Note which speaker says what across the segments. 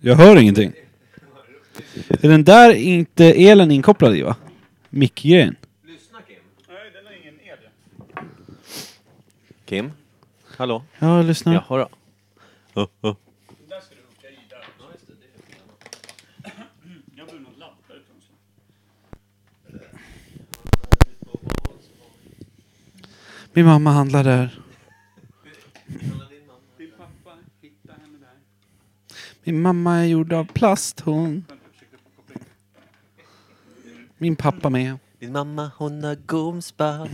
Speaker 1: Jag hör ingenting. Är den där inte elen inkopplad i va? Mickgrejen.
Speaker 2: Kim? Hallå?
Speaker 1: Ja, lyssna.
Speaker 2: Jaha då. Oh, oh.
Speaker 1: Min mamma handlar där. Min mamma är gjord av plast hon. Min pappa med.
Speaker 2: Din mamma hon har gomsband.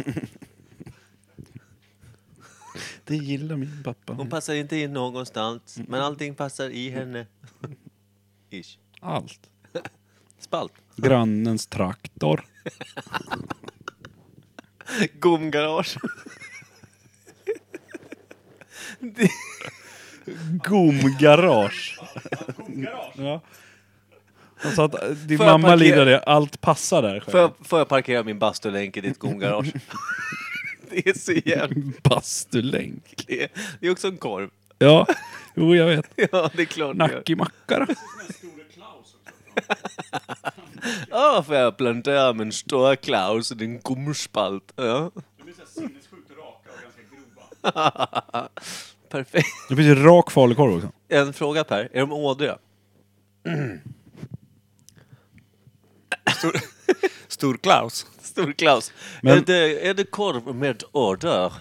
Speaker 1: Det gillar min pappa.
Speaker 2: Hon passar inte in någonstans, men allting passar i henne. Ish.
Speaker 1: Allt.
Speaker 2: Spalt.
Speaker 1: Grannens traktor.
Speaker 2: Gomgarage. Det- Gomgarage.
Speaker 1: Ja. Alltså att eh, din
Speaker 2: Får jag
Speaker 1: mamma
Speaker 2: parkera?
Speaker 1: lider det, allt passar där själv.
Speaker 2: Får jag, får jag parkera min bastulänk i ditt gomgarage? Det är så jävligt.
Speaker 1: Bastulänk.
Speaker 2: Det är- det är också en korv.
Speaker 1: Ja, jo jag vet.
Speaker 2: Ja, det är klart det gör.
Speaker 1: Nackimacka då.
Speaker 2: Ja, får jag plantera min stora klaus i din gomspalt. Ja. Perfekt.
Speaker 1: Det finns ju rak falukorv också.
Speaker 2: En fråga Per, är de ådriga?
Speaker 3: Stor Klaus.
Speaker 2: Stor Klaus.
Speaker 1: Men-
Speaker 2: Är, det, är det korv med ådror?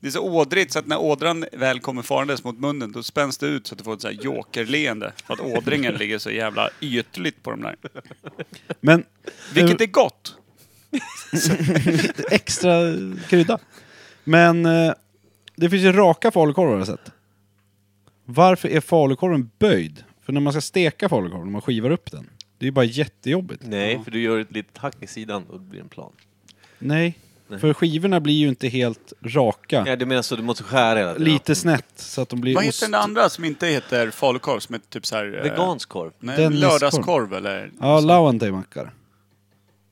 Speaker 3: Det är så ådrigt så att när ådran väl kommer farandes mot munnen då spänns det ut så att du får ett så här jokerleende. För att ådringen ligger så jävla ytligt på de där.
Speaker 1: Men...
Speaker 3: Vilket är gott.
Speaker 1: extra krydda. Men eh, det finns ju raka falukorvar har jag sett. Varför är falukorven böjd? För när man ska steka falukorven, när man skivar upp den, det är ju bara jättejobbigt.
Speaker 2: Nej, för du gör ett litet hack i sidan och det blir en plan.
Speaker 1: Nej. För skivorna blir ju inte helt raka.
Speaker 2: Ja, du menar så du måste skära hela tiden?
Speaker 1: Lite snett, så att de blir
Speaker 3: Vad
Speaker 1: ost.
Speaker 3: heter den andra som inte heter falukorv som är typ så här... eh,
Speaker 2: Vegansk korv?
Speaker 3: Nej,
Speaker 1: Denniskorv.
Speaker 3: lördagskorv eller...
Speaker 1: Ja, lauantajmackar.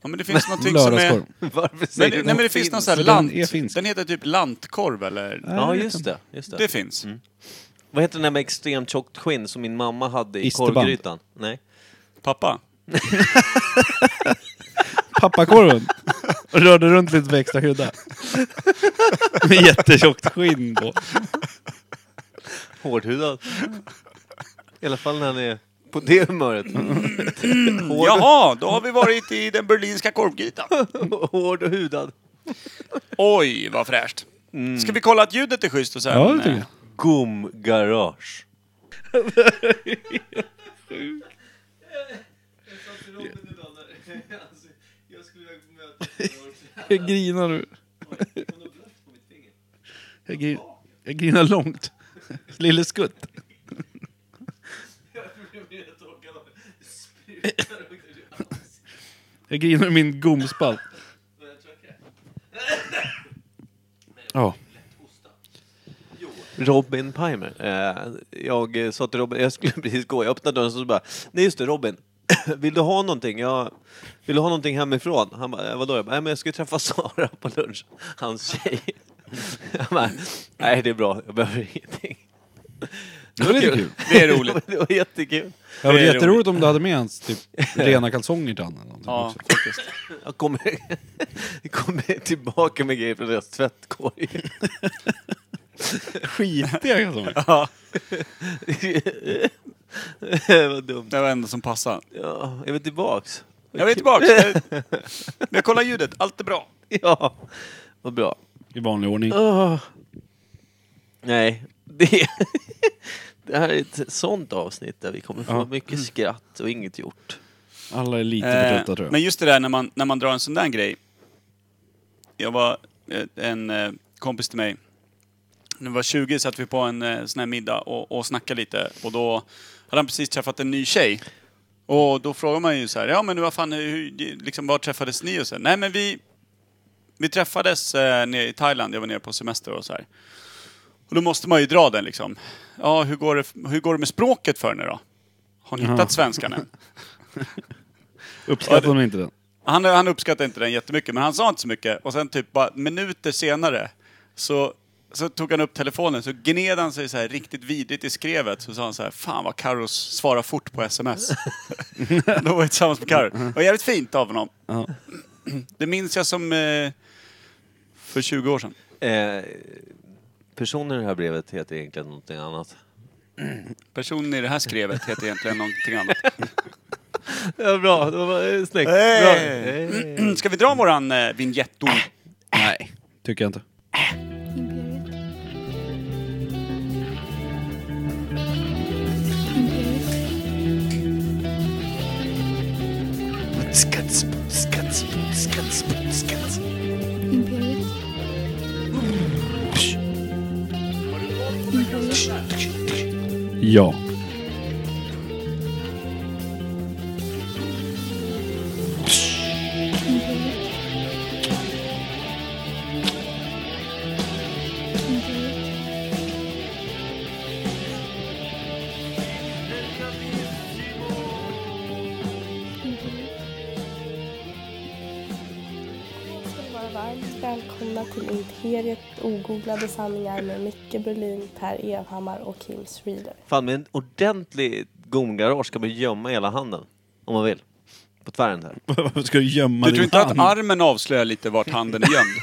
Speaker 3: Ja, men det finns någonting Typ som är...
Speaker 1: Lördagskorv.
Speaker 2: Varför
Speaker 3: Nej,
Speaker 2: säger
Speaker 3: nej
Speaker 2: du
Speaker 3: men det
Speaker 2: något
Speaker 3: finns någon
Speaker 2: fint?
Speaker 3: sån här
Speaker 1: Den
Speaker 3: lant...
Speaker 1: är finsk.
Speaker 3: Den heter typ lantkorv eller...
Speaker 1: jag
Speaker 2: Ja,
Speaker 1: vet
Speaker 2: just det. Just det.
Speaker 3: Det finns.
Speaker 1: Mm.
Speaker 2: Vad heter den där med extremt tjockt skinn som min mamma hade i
Speaker 1: Isterband.
Speaker 2: korvgrytan? Nej.
Speaker 3: Pappa.
Speaker 1: Pappakorven. Och rörde runt lite för extra krydda. Med jättetjockt skinn på.
Speaker 2: Hårdhudad. I alla fall när han är på det humöret. Hård,
Speaker 3: Jaha, då har vi varit i den berlinska korvgrytan.
Speaker 2: hård och hudad.
Speaker 3: Oj, vad fräscht. Ska vi kolla att ljudet är schysst och sen...
Speaker 1: Mm. Ja, det tycker
Speaker 3: eh,
Speaker 1: jag.
Speaker 2: Gomgarage. Alltså,
Speaker 1: Jag grinar nu. Jag, gri jag grinar långt. Lille skutt. Jag grinar i min gomspalt. Ja.
Speaker 2: Robin Pimer. Eh, jag eh, sa till Robin, jag skulle precis gå, jag öppnade dörren och så bara, nej just det Robin, vill du ha någonting? Jag, vill du ha någonting hemifrån? Han bara, "Eh, vadå? Jag bara, nej men jag ska ju träffa Sara på lunch, hans tjej. Jag bara, nej det är bra, jag behöver ingenting.
Speaker 1: Det var lite kul.
Speaker 3: Det är roligt.
Speaker 2: det var jättekul.
Speaker 1: Det hade
Speaker 3: Det
Speaker 1: varit
Speaker 3: är
Speaker 1: jätteroligt om du hade med hans typ rena kalsonger till honom. eller någonting
Speaker 3: Ja,
Speaker 1: också.
Speaker 3: faktiskt.
Speaker 2: Jag kommer, jag kommer tillbaka med grejer från deras tvättkorg.
Speaker 1: Skitiga kalsonger.
Speaker 3: Ja,
Speaker 2: Vad dumt.
Speaker 3: det var det enda som passade.
Speaker 2: Ja, jag vill tillbaks.
Speaker 3: Jag är tillbaka. Eh, Men jag kollar ljudet, allt är bra.
Speaker 2: Ja, vad bra.
Speaker 1: I vanlig ordning.
Speaker 2: Åh. Nej, det, det här är ett sånt avsnitt där vi kommer få
Speaker 1: Ja.
Speaker 2: mycket skratt och inget gjort.
Speaker 1: Alla är lite
Speaker 3: Eh,
Speaker 1: förtrötta tror jag.
Speaker 3: Men just det där när man, när man drar en sån där grej. Jag var eh, en eh, kompis till mig. När vi var 20 satt vi på en eh, sån här middag och, och snackade lite. Och då hade han precis träffat en ny tjej. Och då frågar man ju så här, ja men vad fan, hur, liksom, var träffades ni? Och så här, nej men vi, vi träffades eh, nere i Thailand, jag var nere på semester och så här. Och då måste man ju dra den liksom. Ja, hur går det, hur går det med språket för henne då? Har ni hittat svenskan än?
Speaker 1: Uppskattar de inte den?
Speaker 3: Han, han uppskattade inte den jättemycket, men han sa inte så mycket. Och sen typ bara minuter senare så så tog han upp telefonen så gned han sig så här riktigt vidrigt i skrevet. Så sa han så här, fan vad Carros svarar fort på sms. Då var jag tillsammans med Carro. Det var jävligt fint av honom.
Speaker 1: Ja.
Speaker 3: Det minns jag som eh, för 20 år sedan.
Speaker 2: Eh, personen i det här brevet heter egentligen någonting annat.
Speaker 3: Personen i det här skrevet heter egentligen någonting annat.
Speaker 2: Ja, bra, det var eh, snyggt.
Speaker 3: Hey.
Speaker 2: Bra. Hey.
Speaker 3: Ska vi dra våran eh, vignett då?
Speaker 1: Nej, tycker jag inte.
Speaker 4: Imperiet. Imperiet. Imperiet. Imperiet.
Speaker 1: Ja.
Speaker 4: Imperiet. Imperiet.
Speaker 5: ska ni vara varmt välkomna till Imperiet ogooglade sanningar med Micke Berlin, Per Evhammar och Kim Schreeder.
Speaker 2: Fan, med en ordentlig gomgarage kan man gömma hela handen. Om man vill. På tvären här.
Speaker 1: Varför ska du gömma
Speaker 3: Du
Speaker 1: din
Speaker 3: tror inte att
Speaker 1: hand?
Speaker 3: armen avslöjar lite vart handen är gömd?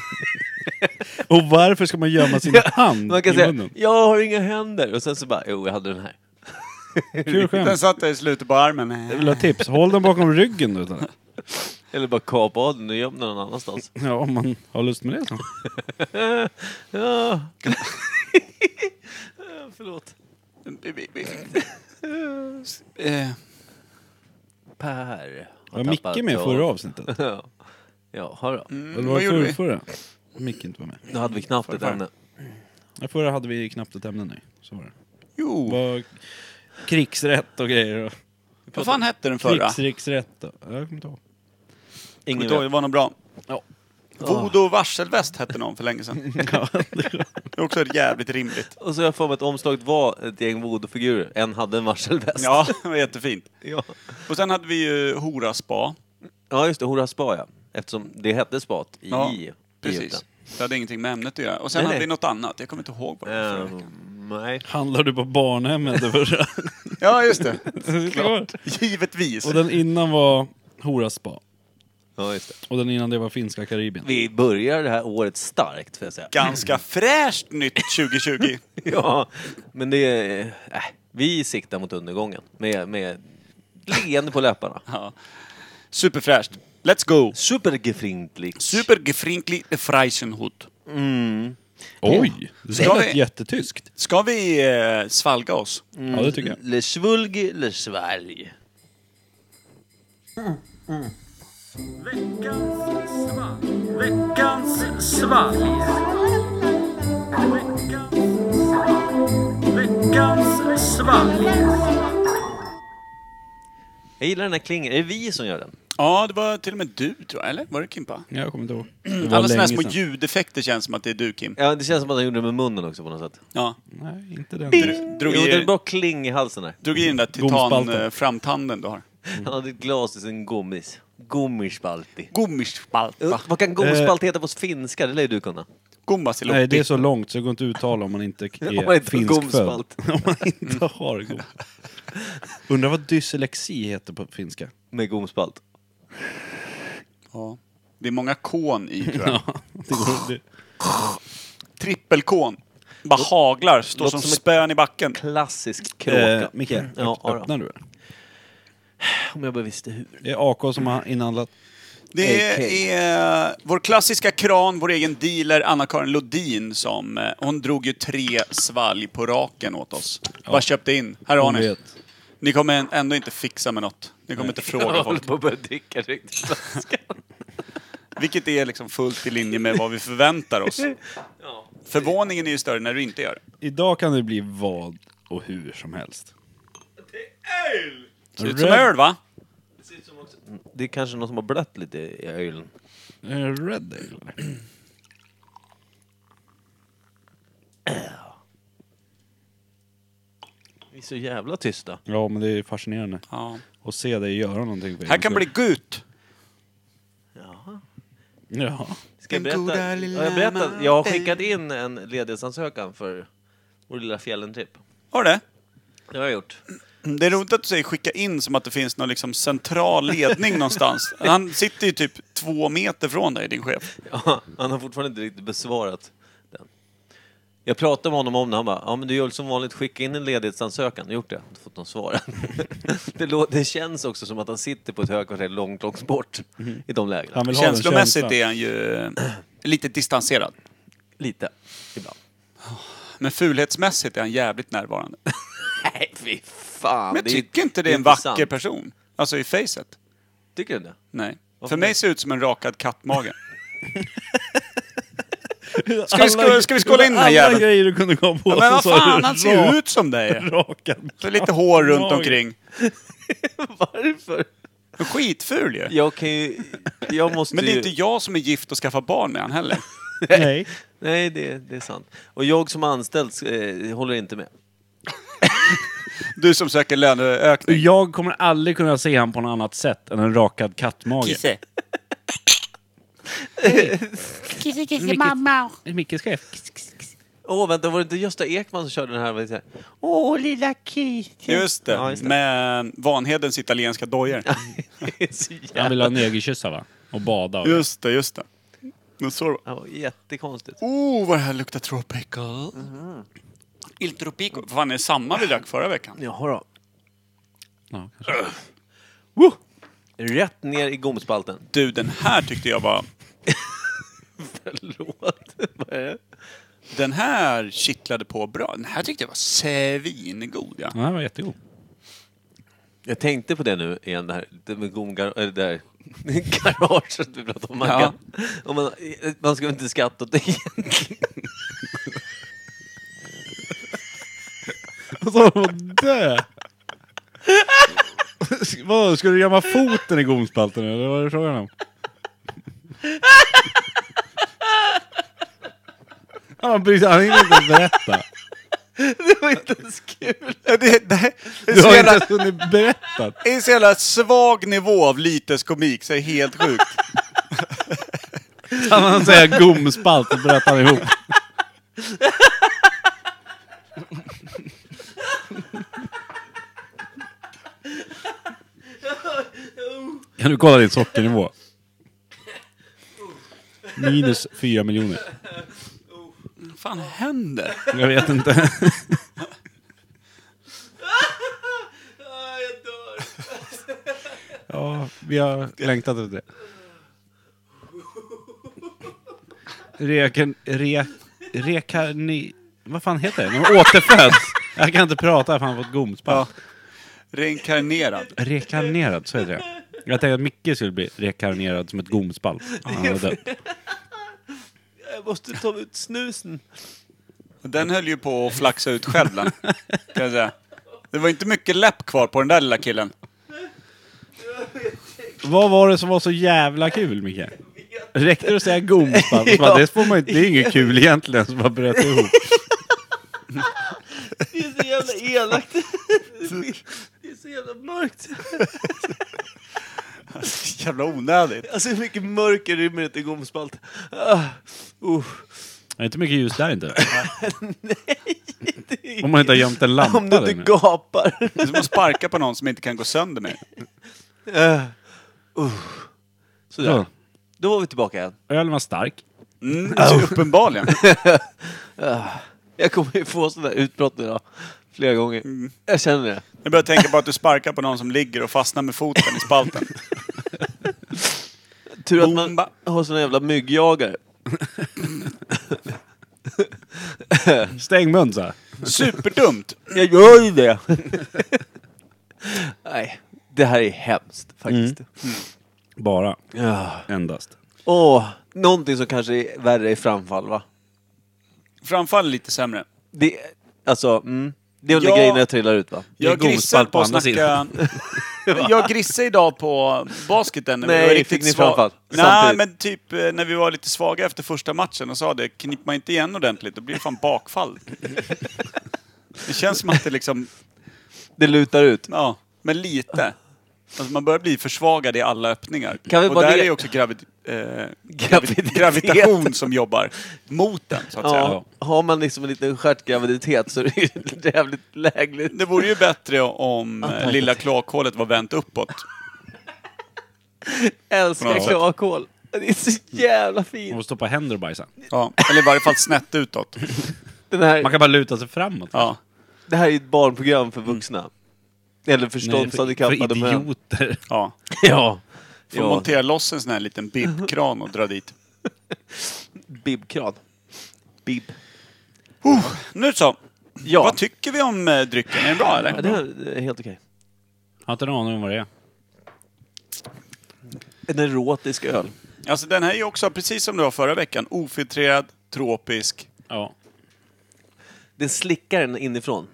Speaker 1: Och varför ska man gömma sin hand
Speaker 2: Man kan
Speaker 1: i
Speaker 2: säga,
Speaker 1: munnen?
Speaker 2: jag har inga händer. Och sen så bara, jo jag hade den här.
Speaker 1: Kul
Speaker 3: Den
Speaker 1: skämt.
Speaker 3: satt där i slutet på armen.
Speaker 1: Jag vill ha tips. Håll den bakom ryggen du. Tane.
Speaker 2: Eller bara kapa av den och göm den någon annanstans.
Speaker 1: Ja, om man har lust med det så.
Speaker 2: Ja. Förlåt.
Speaker 3: Eh,
Speaker 2: Per. har
Speaker 1: Var Micke
Speaker 2: tappat-
Speaker 1: med i
Speaker 2: ja.
Speaker 1: förra avsnittet?
Speaker 2: Ja. Ja, hörru.
Speaker 1: Eller var
Speaker 3: Mm, vad
Speaker 1: det
Speaker 3: gjorde vi?
Speaker 1: förra, förra? Micke inte var med.
Speaker 2: Nu hade vi knappt ett ämne.
Speaker 1: Ja, Förra hade vi knappt ett ämne, nej. Så var det.
Speaker 3: Jo, vad,
Speaker 1: Var krigsrätt och grejer. Och
Speaker 3: fan hette den förra?
Speaker 1: krigsriksrätt och... Jag kommer inte ihåg.
Speaker 3: Kommer
Speaker 2: Ingen
Speaker 3: du ihåg, Det
Speaker 2: vet.
Speaker 3: var någon bra.
Speaker 1: Ja.
Speaker 3: Vodo varselväst hette någon för länge sedan. Det är också jävligt rimligt.
Speaker 2: Och så har jag för mig att omslaget var ett gäng voodoo-figurer. En hade en varselväst.
Speaker 3: Ja, det var jättefint.
Speaker 2: ja.
Speaker 3: Och sen hade vi ju Hora Spa.
Speaker 2: Ja, just det. Hora Spa, ja. Eftersom det hette spat i
Speaker 3: Ja,
Speaker 2: Egypten.
Speaker 3: Precis. Det hade ingenting med ämnet att göra. Och sen
Speaker 2: Nej,
Speaker 3: hade
Speaker 2: nej.
Speaker 3: vi något annat. Jag kommer inte ihåg vad det var förra veckan.
Speaker 2: Ehm, nej.
Speaker 1: Handlar du på barnhemmet det förra?
Speaker 3: Ja, just det.
Speaker 1: Klart.
Speaker 3: Givetvis.
Speaker 1: Och den innan var Horas spa.
Speaker 2: Ja, just det.
Speaker 1: Och den innan det var finska Karibien.
Speaker 2: Vi börjar det här året starkt, får jag säga.
Speaker 3: Ganska fräscht nytt 2020.
Speaker 2: Ja, men det är... Äh, vi siktar mot undergången med, med leende på läpparna.
Speaker 3: Ja. Superfräscht. Let's go!
Speaker 2: Supergefrindlich.
Speaker 3: Supergefrinklig Freisenhut.
Speaker 1: Oj! Det
Speaker 3: Ska
Speaker 1: lät
Speaker 3: vi-
Speaker 1: jättetyskt.
Speaker 3: Ska vi eh, svalga oss?
Speaker 1: Ja, det tycker jag.
Speaker 3: Mm.
Speaker 2: Le svulg, le svalg. Jag gillar den här klingen. Är det vi som gör den?
Speaker 3: Ja, det var till och med du tror jag, eller? Var det Kimpa?
Speaker 1: Jag kommer inte ihåg. Det var
Speaker 3: Alla såna här
Speaker 1: länge sedan.
Speaker 3: små ljudeffekter känns som att det är du Kim.
Speaker 2: Ja, det känns som att han gjorde det med munnen också på något sätt.
Speaker 3: Ja.
Speaker 1: Nej, inte den.
Speaker 2: Jo,
Speaker 3: Drog
Speaker 2: det är en
Speaker 3: i,
Speaker 2: bra kling i halsen där.
Speaker 3: drog i den där
Speaker 1: Gomspalten.
Speaker 3: titan-framtanden du har.
Speaker 2: Han hade ett glas i sin gommis. Gommispalti.
Speaker 3: Gummispalta.
Speaker 2: Vad kan
Speaker 3: Eh.
Speaker 2: gommispalti heta på finska? Det lär ju du kunna.
Speaker 3: Gummasilotti.
Speaker 1: Nej, det är så långt så det går inte att uttala om man inte är
Speaker 2: Om man inte har
Speaker 1: finskfödd. om
Speaker 2: gomspalt.
Speaker 1: man inte har gom. Undrar vad dyslexi heter på finska?
Speaker 2: Med gomspalt.
Speaker 3: Ja. det är många kon i tror jag.
Speaker 1: Det går, det,
Speaker 3: Trippelkon. Bara haglar, står
Speaker 2: låter
Speaker 3: som
Speaker 2: som ett-
Speaker 3: spön i backen.
Speaker 2: Klassisk
Speaker 1: eh,
Speaker 2: kråka.
Speaker 1: Micke,
Speaker 2: Ja,
Speaker 1: öpp-
Speaker 2: ja,
Speaker 1: öppnar
Speaker 2: då.
Speaker 1: du?
Speaker 2: Om jag bara visste hur.
Speaker 1: Det är AK som har inhandlat.
Speaker 3: Det
Speaker 2: AK.
Speaker 3: är vår klassiska kran, vår egen dealer Anna-Karin Lodin som... eh, Hon drog ju tre svalg på raken åt oss. Bara köpte in. Här har
Speaker 1: Hon
Speaker 3: ni.
Speaker 1: vet.
Speaker 3: Ni kommer en- ändå inte fixa med något. Ni kommer inte fråga
Speaker 2: Jag håller
Speaker 3: folk.
Speaker 2: på att börja dricka riktigt flaska.
Speaker 3: Vilket är liksom fullt i linje med vad vi förväntar oss. Förvåningen är ju större när du inte gör det.
Speaker 1: Idag kan det bli vad och hur som helst.
Speaker 3: Ser ut som öl va?
Speaker 2: Det är kanske någon som har blött lite i ölen.
Speaker 1: Eh, Red Ale? eller?
Speaker 2: Vi är så jävla tysta.
Speaker 1: Ja, men det är fascinerande.
Speaker 3: Ja.
Speaker 1: Att se dig göra någonting. på
Speaker 3: Här
Speaker 1: egen
Speaker 3: kan
Speaker 1: kropp.
Speaker 3: bli gut.
Speaker 1: Ja.
Speaker 2: Ska ska
Speaker 3: Den
Speaker 2: berätta.
Speaker 3: goda lilla
Speaker 2: jag, har berättat, jag har
Speaker 3: maten.
Speaker 2: skickat in en ledighetsansökan för vår lilla fjällentripp.
Speaker 3: Har du det?
Speaker 2: Det har jag gjort.
Speaker 3: Det är roligt att du säger skicka in som att det finns någon liksom central ledning någonstans. Han sitter ju typ två meter från dig, din chef.
Speaker 2: Ja, han har fortfarande inte riktigt besvarat den. Jag pratade med honom om det, han bara ja men du gör som vanligt, skicka in en ledighetsansökan. Jag har gjort det, inte fått något svar än. det, lå- det känns också som att han sitter på ett högkvarter långt, långt bort i de lägena.
Speaker 1: Han vill ha den
Speaker 3: Känslomässigt
Speaker 1: känslan.
Speaker 3: är han ju eh, lite distanserad.
Speaker 2: Lite, ibland.
Speaker 3: Men fulhetsmässigt är han jävligt närvarande.
Speaker 2: Nej, fy fan.
Speaker 3: Men jag
Speaker 2: är-
Speaker 3: tycker inte det är en
Speaker 2: inte sant.
Speaker 3: vacker person. Alltså i facet.
Speaker 2: Tycker du det?
Speaker 3: Nej.
Speaker 2: Varför
Speaker 3: För mig
Speaker 2: det?
Speaker 3: ser det ut som en rakad kattmage. Ska vi, ska, ska vi skåla in den här
Speaker 1: Alla
Speaker 3: jäveln?
Speaker 1: grejer du kunde komma på
Speaker 3: Ja, men vad fan, han ser ju ut som dig!
Speaker 1: rakad.
Speaker 3: Så lite hår runt omkring.
Speaker 2: Varför?
Speaker 3: Men Skitful ju!
Speaker 2: Jag kan ju... Jag måste
Speaker 3: Men det är
Speaker 2: ju...
Speaker 3: inte jag som är gift och skaffar barn med han heller.
Speaker 1: Nej.
Speaker 2: Nej, det, det är sant. Och jag som anställd eh, håller inte med.
Speaker 3: Du som söker löneökning.
Speaker 1: Jag kommer aldrig kunna se han på något annat sätt än en rakad kattmage.
Speaker 6: Kisse. Kisse, kisse,
Speaker 1: Vilket-
Speaker 6: mamma.
Speaker 1: Mickes chef.
Speaker 2: Åh, vänta, var det inte Gösta Ekman som körde den här? vad heter det?
Speaker 6: Åh, lilla kisse.
Speaker 3: Just det,
Speaker 2: Ja, just det.
Speaker 3: med Vanhedens italienska dojor.
Speaker 2: Det är så
Speaker 1: Han
Speaker 2: jävla...
Speaker 1: vill ha negerkyssar va? Och bada. Och
Speaker 3: Just det, just det. Men så...
Speaker 2: Det var jättekonstigt.
Speaker 3: Oh, vad det här luktar tropical. Mm-hmm. Il tropico. Vad Fan, är det samma vi drack förra veckan?
Speaker 2: Jaha då.
Speaker 1: Ja,
Speaker 2: Woo! Rätt ner i gomspalten.
Speaker 3: Du, den här tyckte jag var...
Speaker 2: Förlåt. Vad är det?
Speaker 3: Den här kittlade på bra. Den här tyckte jag var svingod, ja.
Speaker 1: Den här var jättegod.
Speaker 2: Jag tänkte på det nu igen, det här det med gomgar... Eller det där garaget vi pratade om. Man,
Speaker 3: Ja.
Speaker 2: kan, om man, man ska väl inte skratta åt det egentligen.
Speaker 1: Alltså han var dö! Vadå, ska du gömma foten i gomspalten eller vad är det frågan om? Han bryr sig, han hinner inte ens berätta.
Speaker 2: Det var inte ens kul.
Speaker 3: Det, det, det, är
Speaker 1: Du
Speaker 3: så
Speaker 1: har inte
Speaker 3: jävla,
Speaker 1: ens hunnit berätta.
Speaker 3: det är så jävla svag nivå av lyteskomik, så det är helt sjukt.
Speaker 1: Kan han säga gomspalt och bröt han ihop. Kan du kolla din sockernivå? Minus fyra miljoner.
Speaker 3: Vad fan händer?
Speaker 1: Jag vet inte.
Speaker 2: Jag dör.
Speaker 1: Ja, vi har längtat efter det. Rekan... Re... Rekarni... Vad fan heter det? När man återföds. Jag kan inte prata för han har fått gomspalt.
Speaker 3: Reinkarnerad.
Speaker 1: Rekarnerad, så heter det. Jag tänkte att Micke skulle bli rekarnerad som ett gomspalt. Han var död.
Speaker 2: Jag måste ta ut snusen.
Speaker 3: Den höll ju på att flaxa ut själv den. Kan jag säga. Det var inte mycket läpp kvar på den där lilla killen.
Speaker 1: Vad var det som var så jävla kul, Micke? Räckte det att säga gomspalt? Så bara, Det, får man, ju- det är inget kul egentligen, så bara bröt ihop.
Speaker 2: Det är så jävla elakt. Det är så jävla mörkt.
Speaker 3: Jävla onödigt.
Speaker 2: Alltså hur mycket mörker rymmer inte i gomspalt? Ah, uh.
Speaker 1: Det är inte mycket ljus där inte. Om man inte har gömt en lampa
Speaker 2: Om du
Speaker 1: där
Speaker 2: inte
Speaker 1: nu.
Speaker 2: gapar.
Speaker 3: Det är som att sparka på någon som inte kan gå sönder med.
Speaker 2: Ah, uh. Sådär.
Speaker 1: Ja.
Speaker 2: Då var vi tillbaka igen.
Speaker 1: Ölen var stark.
Speaker 3: Mm, så uppenbarligen.
Speaker 2: Jag kommer ju få sådana här utbrott idag. Flera gånger.
Speaker 3: Mm.
Speaker 2: Jag känner det.
Speaker 3: Jag börjar tänka på att du sparkar på någon som ligger och fastnar med foten i spalten.
Speaker 2: Tur att man
Speaker 3: Bomba.
Speaker 2: har såna jävla myggjagare.
Speaker 1: Stäng mun så här.
Speaker 3: Superdumt!
Speaker 2: Jag gör ju det. Nej, det här är hemskt faktiskt.
Speaker 3: Mm.
Speaker 1: Bara.
Speaker 2: Ja.
Speaker 1: Endast.
Speaker 2: Åh, någonting som kanske är värre är framfall va?
Speaker 3: Framfall är lite sämre.
Speaker 2: Det, alltså, mm, det är väl
Speaker 3: Ja.
Speaker 2: ja. grejen jag trillar ut va?
Speaker 1: Det är
Speaker 3: Jag grissar
Speaker 1: gomspalt
Speaker 3: på
Speaker 1: på
Speaker 3: att
Speaker 1: andra
Speaker 3: snacka... Jag grissade idag på basketen när
Speaker 2: Nej,
Speaker 3: vi var riktigt
Speaker 2: fick ni
Speaker 3: svaga.
Speaker 2: framfall
Speaker 3: Nej,
Speaker 2: samtidigt?
Speaker 3: men typ eh, när vi var lite svaga efter första matchen och sa det, kniper man inte igen ordentligt då blir det fan bakfall. Det känns som att det liksom,
Speaker 2: Det lutar ut.
Speaker 3: ja, men lite. Alltså man börjar bli försvagad i alla öppningar.
Speaker 2: Kan vi
Speaker 3: och
Speaker 2: bara
Speaker 3: där
Speaker 2: det-
Speaker 3: är ju också gravid, eh, gravid,
Speaker 2: Graviditet.
Speaker 3: gravitation som jobbar mot den, så att säga.
Speaker 2: Ja, har man liksom en liten stjärtgraviditet så är det ju jävligt lägligt.
Speaker 3: Det vore ju bättre om eh, lilla klakhålet var vänt uppåt.
Speaker 2: Älskar
Speaker 3: något sätt.
Speaker 2: klakhål. Det är så jävla
Speaker 3: Mm.
Speaker 1: Man
Speaker 2: fint.
Speaker 1: måste stoppa händer och bajsa.
Speaker 3: Ja. Eller i varje fall snett utåt.
Speaker 2: Den här,
Speaker 1: Man kan bara luta sig framåt.
Speaker 3: Ja.
Speaker 2: Det här är ju ett barnprogram för vuxna.
Speaker 3: Mm.
Speaker 2: Eller
Speaker 1: Nej, för,
Speaker 2: förståndshandikappade
Speaker 1: för
Speaker 2: män.
Speaker 1: idioter.
Speaker 3: ja.
Speaker 2: Ja.
Speaker 3: Får
Speaker 2: Ja.
Speaker 3: montera loss en sån här liten bibbkran och dra dit.
Speaker 2: Bibkran. Bib.
Speaker 3: Nu så!
Speaker 2: Ja.
Speaker 3: Vad tycker vi om eh, drycken? Är den bra
Speaker 2: Ja,
Speaker 3: eller?
Speaker 2: det här är helt okej.
Speaker 1: Jag har inte en aning om vad det är.
Speaker 2: En erotisk öl.
Speaker 3: Alltså den här är ju också, precis som det var förra veckan, ofiltrerad, tropisk.
Speaker 1: Ja.
Speaker 2: Den slickar den inifrån.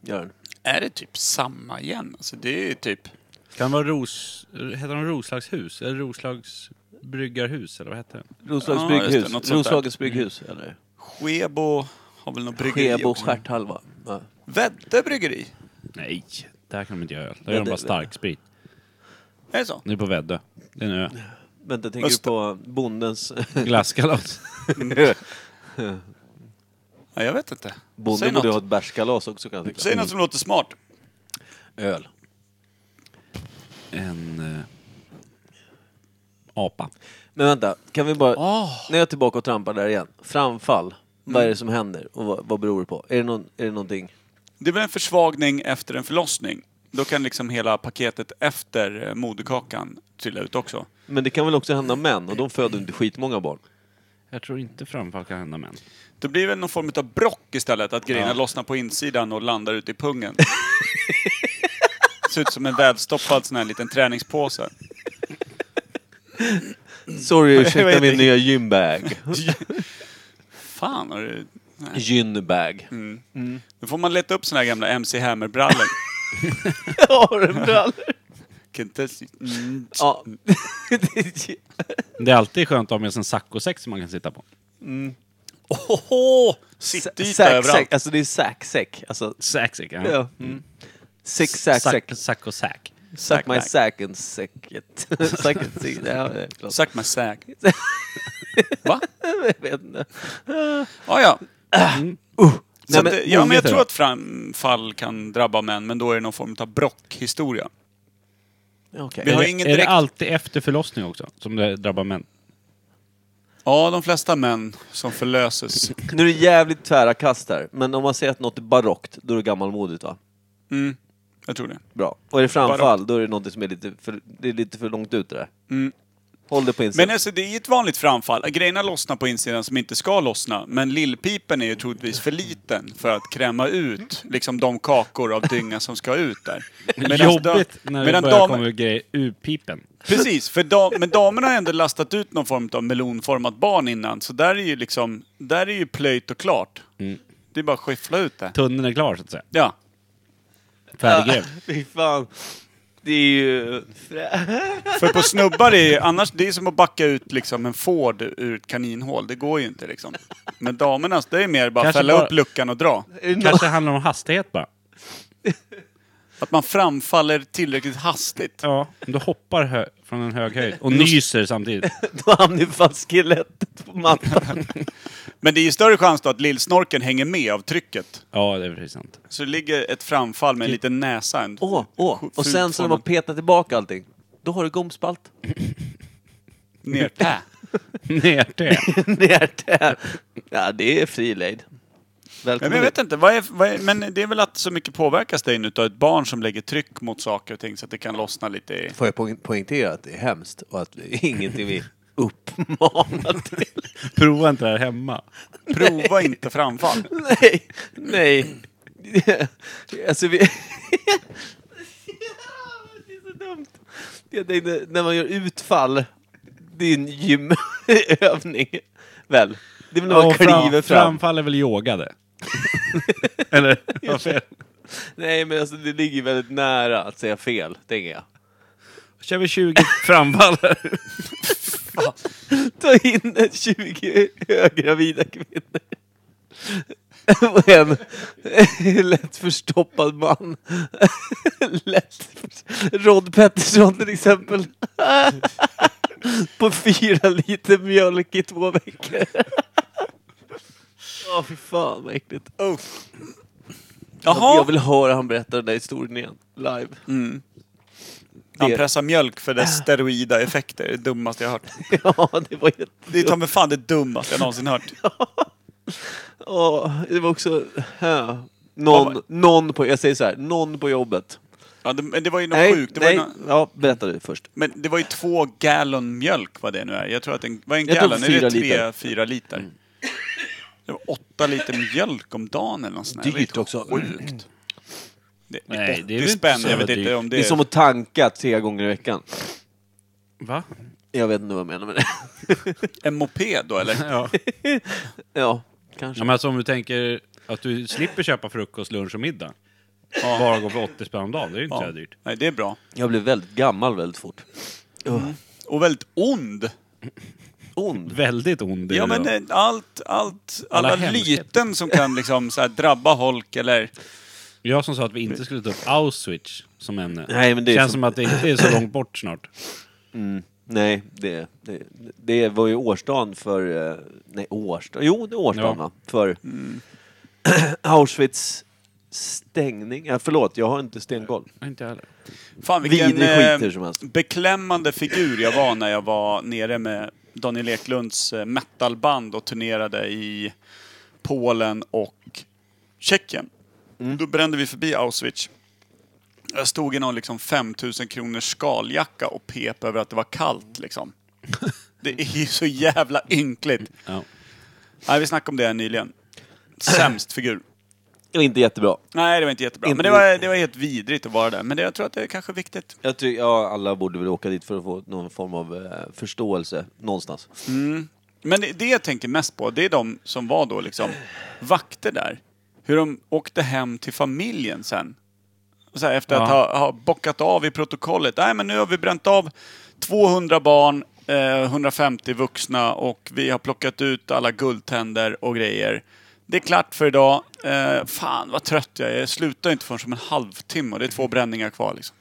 Speaker 2: Gör den.
Speaker 3: Är det typ samma igen? Alltså det är ju typ...
Speaker 1: Kan det vara Ros... Heter de Roslagshus? Eller Roslags bryggarhus, eller vad heter det?
Speaker 2: Roslagens
Speaker 3: Ja, just det,
Speaker 2: brygghus.
Speaker 3: något sånt där.
Speaker 2: Roslagens brygghus, eller?
Speaker 3: Skebo har väl något bryggeri
Speaker 2: Skebo
Speaker 3: också?
Speaker 2: stjärthalva. Ja.
Speaker 3: Väddö bryggeri?
Speaker 1: Nej, där kan de inte göra öl. Där gör de
Speaker 2: det-
Speaker 1: bara starksprit.
Speaker 3: Är det så?
Speaker 1: Nu på Väddö. Det är en ö.
Speaker 2: Vänta, tänker du
Speaker 3: Öster-
Speaker 2: på bondens...
Speaker 1: Glasskalas.
Speaker 3: Ja, jag vet inte. Säg
Speaker 2: Bonden borde ha
Speaker 3: något.
Speaker 2: ett bärskalas också kan jag tycka.
Speaker 3: Säg något som låter smart.
Speaker 2: Öl.
Speaker 1: En... Eh, apa.
Speaker 2: Men vänta, kan vi bara...
Speaker 3: Åh.
Speaker 2: När jag är tillbaka och trampar där igen. Framfall. Vad är det som händer och vad, vad beror det på? Är det, någon, är det någonting...
Speaker 3: Det är väl en försvagning efter en förlossning. Då kan liksom hela paketet efter eh, moderkakan trilla ut också.
Speaker 2: Men det kan väl också hända män och de föder inte skitmånga barn.
Speaker 1: Jag tror inte framfall kan hända män.
Speaker 3: Det blir väl någon form av brock istället, att grejerna lossnar på insidan och landar ute i pungen. Ser ut som en välstoppad sån här liten träningspåse.
Speaker 2: Mm. Sorry,
Speaker 3: Jag
Speaker 2: ursäkta
Speaker 3: vet
Speaker 2: min
Speaker 3: inte.
Speaker 2: nya gymbag.
Speaker 3: Fan har du... Nej.
Speaker 2: Gymbag.
Speaker 3: Då får man leta upp såna här gamla MC Hammer-brallor.
Speaker 2: Örnbrallor!
Speaker 3: Kan inte s- Mm.
Speaker 2: ja.
Speaker 1: Det är alltid skönt att ha med sig en saccosäck som man kan sitta på.
Speaker 3: Ohoho! Sittyta
Speaker 2: Sack,
Speaker 3: överallt.
Speaker 2: sack. Alltså det är sacksäck. Alltså,
Speaker 1: Sacksäck,
Speaker 2: ja. Mm. Sick sack, sack.
Speaker 1: Saccosäck.
Speaker 2: Suck my
Speaker 3: sack.
Speaker 2: sack and sack it. Sack it. sack it. Ja, ja, klart.
Speaker 3: Suck my sack. Va?
Speaker 2: Jag vet inte.
Speaker 3: Ah, ja. Så
Speaker 1: Mm.
Speaker 2: Nej,
Speaker 3: att,
Speaker 2: men-
Speaker 3: eh, ja, men jag
Speaker 1: Uh. Ungefär.
Speaker 3: tror att framfall kan drabba män, men då är det någon form av brockhistoria.
Speaker 2: Okej.
Speaker 3: Vi har
Speaker 1: Är,
Speaker 3: ju ingen
Speaker 1: det- är det
Speaker 3: direkt...
Speaker 1: alltid efter förlossning också som det drabbar män?
Speaker 3: Ja, de flesta män som förlöses.
Speaker 2: Nu är det jävligt tvära kast här, men om man säger att något är barockt, då är det gammalmodigt va?
Speaker 3: Mm, jag tror det.
Speaker 2: Bra. Och är det framfall, då är det något som är lite för, det är lite för långt ut det där. Håll det på insidan.
Speaker 3: Men alltså, det är ju ett vanligt framfall. Grejerna lossnar på insidan som inte ska lossna, men lillpipen är ju troligtvis för liten för att kräma ut liksom de kakor av dynga som ska ut där. Medans dam-
Speaker 1: Jobbigt när det
Speaker 3: medan
Speaker 1: börjar
Speaker 3: dam-
Speaker 1: komma grejer ur pipen.
Speaker 3: Precis, för dam, men damerna har ändå lastat ut någon form av melonformat barn innan. Så där är ju liksom, där är ju plöjt och klart. Det är bara att skyffla ut det.
Speaker 1: Tunneln är klar så att säga.
Speaker 3: Ja.
Speaker 1: Färdiggrävd.
Speaker 2: Fy fan. Det är ju... frä-
Speaker 3: För på snubbar är ju, annars, det är som att backa ut liksom en Ford ur ett kaninhål. Det går ju inte liksom. Men damernas, det är mer bara
Speaker 1: Kanske
Speaker 3: fälla
Speaker 1: bara-
Speaker 3: upp luckan och dra.
Speaker 1: Kanske handlar det om hastighet bara.
Speaker 3: Att man framfaller tillräckligt hastigt.
Speaker 1: Ja. Om du hoppar hö- från en hög höjd och nyser samtidigt.
Speaker 2: Då hamnar ju fast skelettet på mattan.
Speaker 3: Men det är ju större chans då att lillsnorken hänger med av trycket.
Speaker 1: Ja, det är precis sant.
Speaker 3: Så det ligger ett framfall med en liten näsa. en-
Speaker 2: Åh, åh. Och
Speaker 3: sju-
Speaker 2: sen så när man petar tillbaka allting, då har du gomspalt.
Speaker 3: ner. Pä.
Speaker 1: Ner till.
Speaker 2: Ner där. Ja, det är frilejd.
Speaker 3: Ja,
Speaker 2: Välkommen
Speaker 3: Men jag vet
Speaker 2: hit.
Speaker 3: inte, vad är, vad är, men det är väl att så mycket påverkas det utav ett barn som lägger tryck mot saker och ting så att det kan lossna lite i...
Speaker 2: Får jag poäng- poängtera att det är hemskt och att det är ingenting vi uppmanar till.
Speaker 1: Prova inte det här hemma.
Speaker 3: Prova inte framfall.
Speaker 2: Nej, nej. Alltså vi... Det är så dumt. Jag tänkte, när man gör utfall, det är en gymövning, väl? Det är väl när man
Speaker 1: Och fram-
Speaker 2: kliver fram.
Speaker 1: Framfall är väl yoga det? Eller? vad fel?
Speaker 2: Nej, men alltså det ligger väldigt nära att säga fel, tänker jag.
Speaker 1: kör vi 20 framfall.
Speaker 2: Ta in en 20 höggravida kvinnor. och en lätt förstoppad man. lätt. Rod Pettersson till exempel. På fyra liter mjölk i två veckor. Åh fy fan vad äckligt. Jag
Speaker 3: Jaha!
Speaker 2: vill höra han berätta den där historien igen. Live.
Speaker 3: Mm. Han
Speaker 2: Det,
Speaker 3: pressar mjölk för
Speaker 2: Ah.
Speaker 3: dess steroida effekter. Det är det dummaste jag hört.
Speaker 2: ja, det var jätte...
Speaker 3: Det är ta mig fan det dummaste jag någonsin hört.
Speaker 2: Åh, det var också... Äh, någon, någon på... Jag säger så här. Någon på jobbet.
Speaker 3: Ja, det, men det var ju något
Speaker 2: Nej,
Speaker 3: sjukt. Det var ju
Speaker 2: nej.
Speaker 3: något,
Speaker 2: Ja, berätta du först.
Speaker 3: men det var ju två gallon mjölk vad det nu är. Jag tror att en, vad är en
Speaker 2: Jag tror
Speaker 3: gallon? Är
Speaker 2: fyra
Speaker 3: det tre,
Speaker 2: liter. Mm.
Speaker 3: fyra liter? Det var åtta liter mjölk om dagen eller något sånt där.
Speaker 2: Dyrt
Speaker 3: Det är helt
Speaker 2: också.
Speaker 3: Sjukt. Det, det,
Speaker 1: Nej, det är
Speaker 3: nej, det
Speaker 1: väl
Speaker 3: är
Speaker 1: inte
Speaker 3: spänn.
Speaker 1: så
Speaker 3: Jag vet inte
Speaker 1: dyrt.
Speaker 3: om det
Speaker 2: Det är som att tanka tre gånger i veckan.
Speaker 1: Va?
Speaker 2: Jag vet inte vad jag menar med det.
Speaker 3: en moped då eller?
Speaker 1: Ja.
Speaker 2: Ja,
Speaker 1: ja,
Speaker 3: Mm.
Speaker 2: kanske.
Speaker 1: men alltså om du tänker att du slipper köpa frukost, lunch och middag. Bara gå för 80 spänn om dagen, det är ju inte
Speaker 3: Ja.
Speaker 1: så dyrt.
Speaker 3: Nej, det är bra.
Speaker 2: Jag blev väldigt gammal väldigt fort. Ugh,
Speaker 3: Och väldigt ond.
Speaker 2: Ond.
Speaker 1: Väldigt ond
Speaker 3: Ja,
Speaker 1: idag.
Speaker 3: men eh, allt, allt, alla,
Speaker 1: Alla hemskheter.
Speaker 3: lyten som kan liksom så här, drabba Holk eller...
Speaker 1: Jag som sa att vi inte skulle ta upp Auschwitz som ämne.
Speaker 2: Nej, men det är
Speaker 1: Känns
Speaker 2: som-
Speaker 1: som att det inte är så långt bort snart.
Speaker 2: Nej, det, det, det var ju årsdagen för... eh, Nej, årsdagen. Jo, det är årsdagen
Speaker 1: Ja.
Speaker 2: va? För
Speaker 3: Mm.
Speaker 2: Auschwitz stängning. Ja, förlåt, jag har inte stenkoll.
Speaker 1: Inte heller.
Speaker 3: Fan vilken
Speaker 2: Vidrig skit
Speaker 3: eh,
Speaker 2: hur som helst.
Speaker 3: beklämmande figur jag var när jag var nere med Daniel Eklunds eh, metalband och turnerade i Polen och Tjeckien.
Speaker 2: Mm.
Speaker 3: Då brände vi förbi Auschwitz. Jag stod i någon liksom 5000 kronors skaljacka och pep över att det var kallt liksom. Det är ju så jävla ynkligt.
Speaker 1: Ja.
Speaker 3: Nej, vi snackade om det här nyligen. Sämst figur.
Speaker 2: Det var Inte jättebra.
Speaker 3: Nej, det var inte jättebra.
Speaker 2: Inte
Speaker 3: Men det var, det var helt vidrigt att vara där. Men det, jag tror att det är kanske viktigt.
Speaker 2: Jag tycker, ja, alla borde väl åka dit för att få någon form av eh, förståelse någonstans.
Speaker 3: Men det, det jag tänker mest på, det är de som var då liksom vakter där. Hur de åkte hem till familjen sen. Så här, efter att
Speaker 1: Ja.
Speaker 3: ha, ha bockat av i protokollet. Nej, men nu har vi bränt av 200 barn, eh, 150 vuxna och vi har plockat ut alla guldtänder och grejer. Det är klart för idag. Eh, fan vad trött jag är. Jag slutar inte förrän om en halvtimme och det är två bränningar kvar liksom.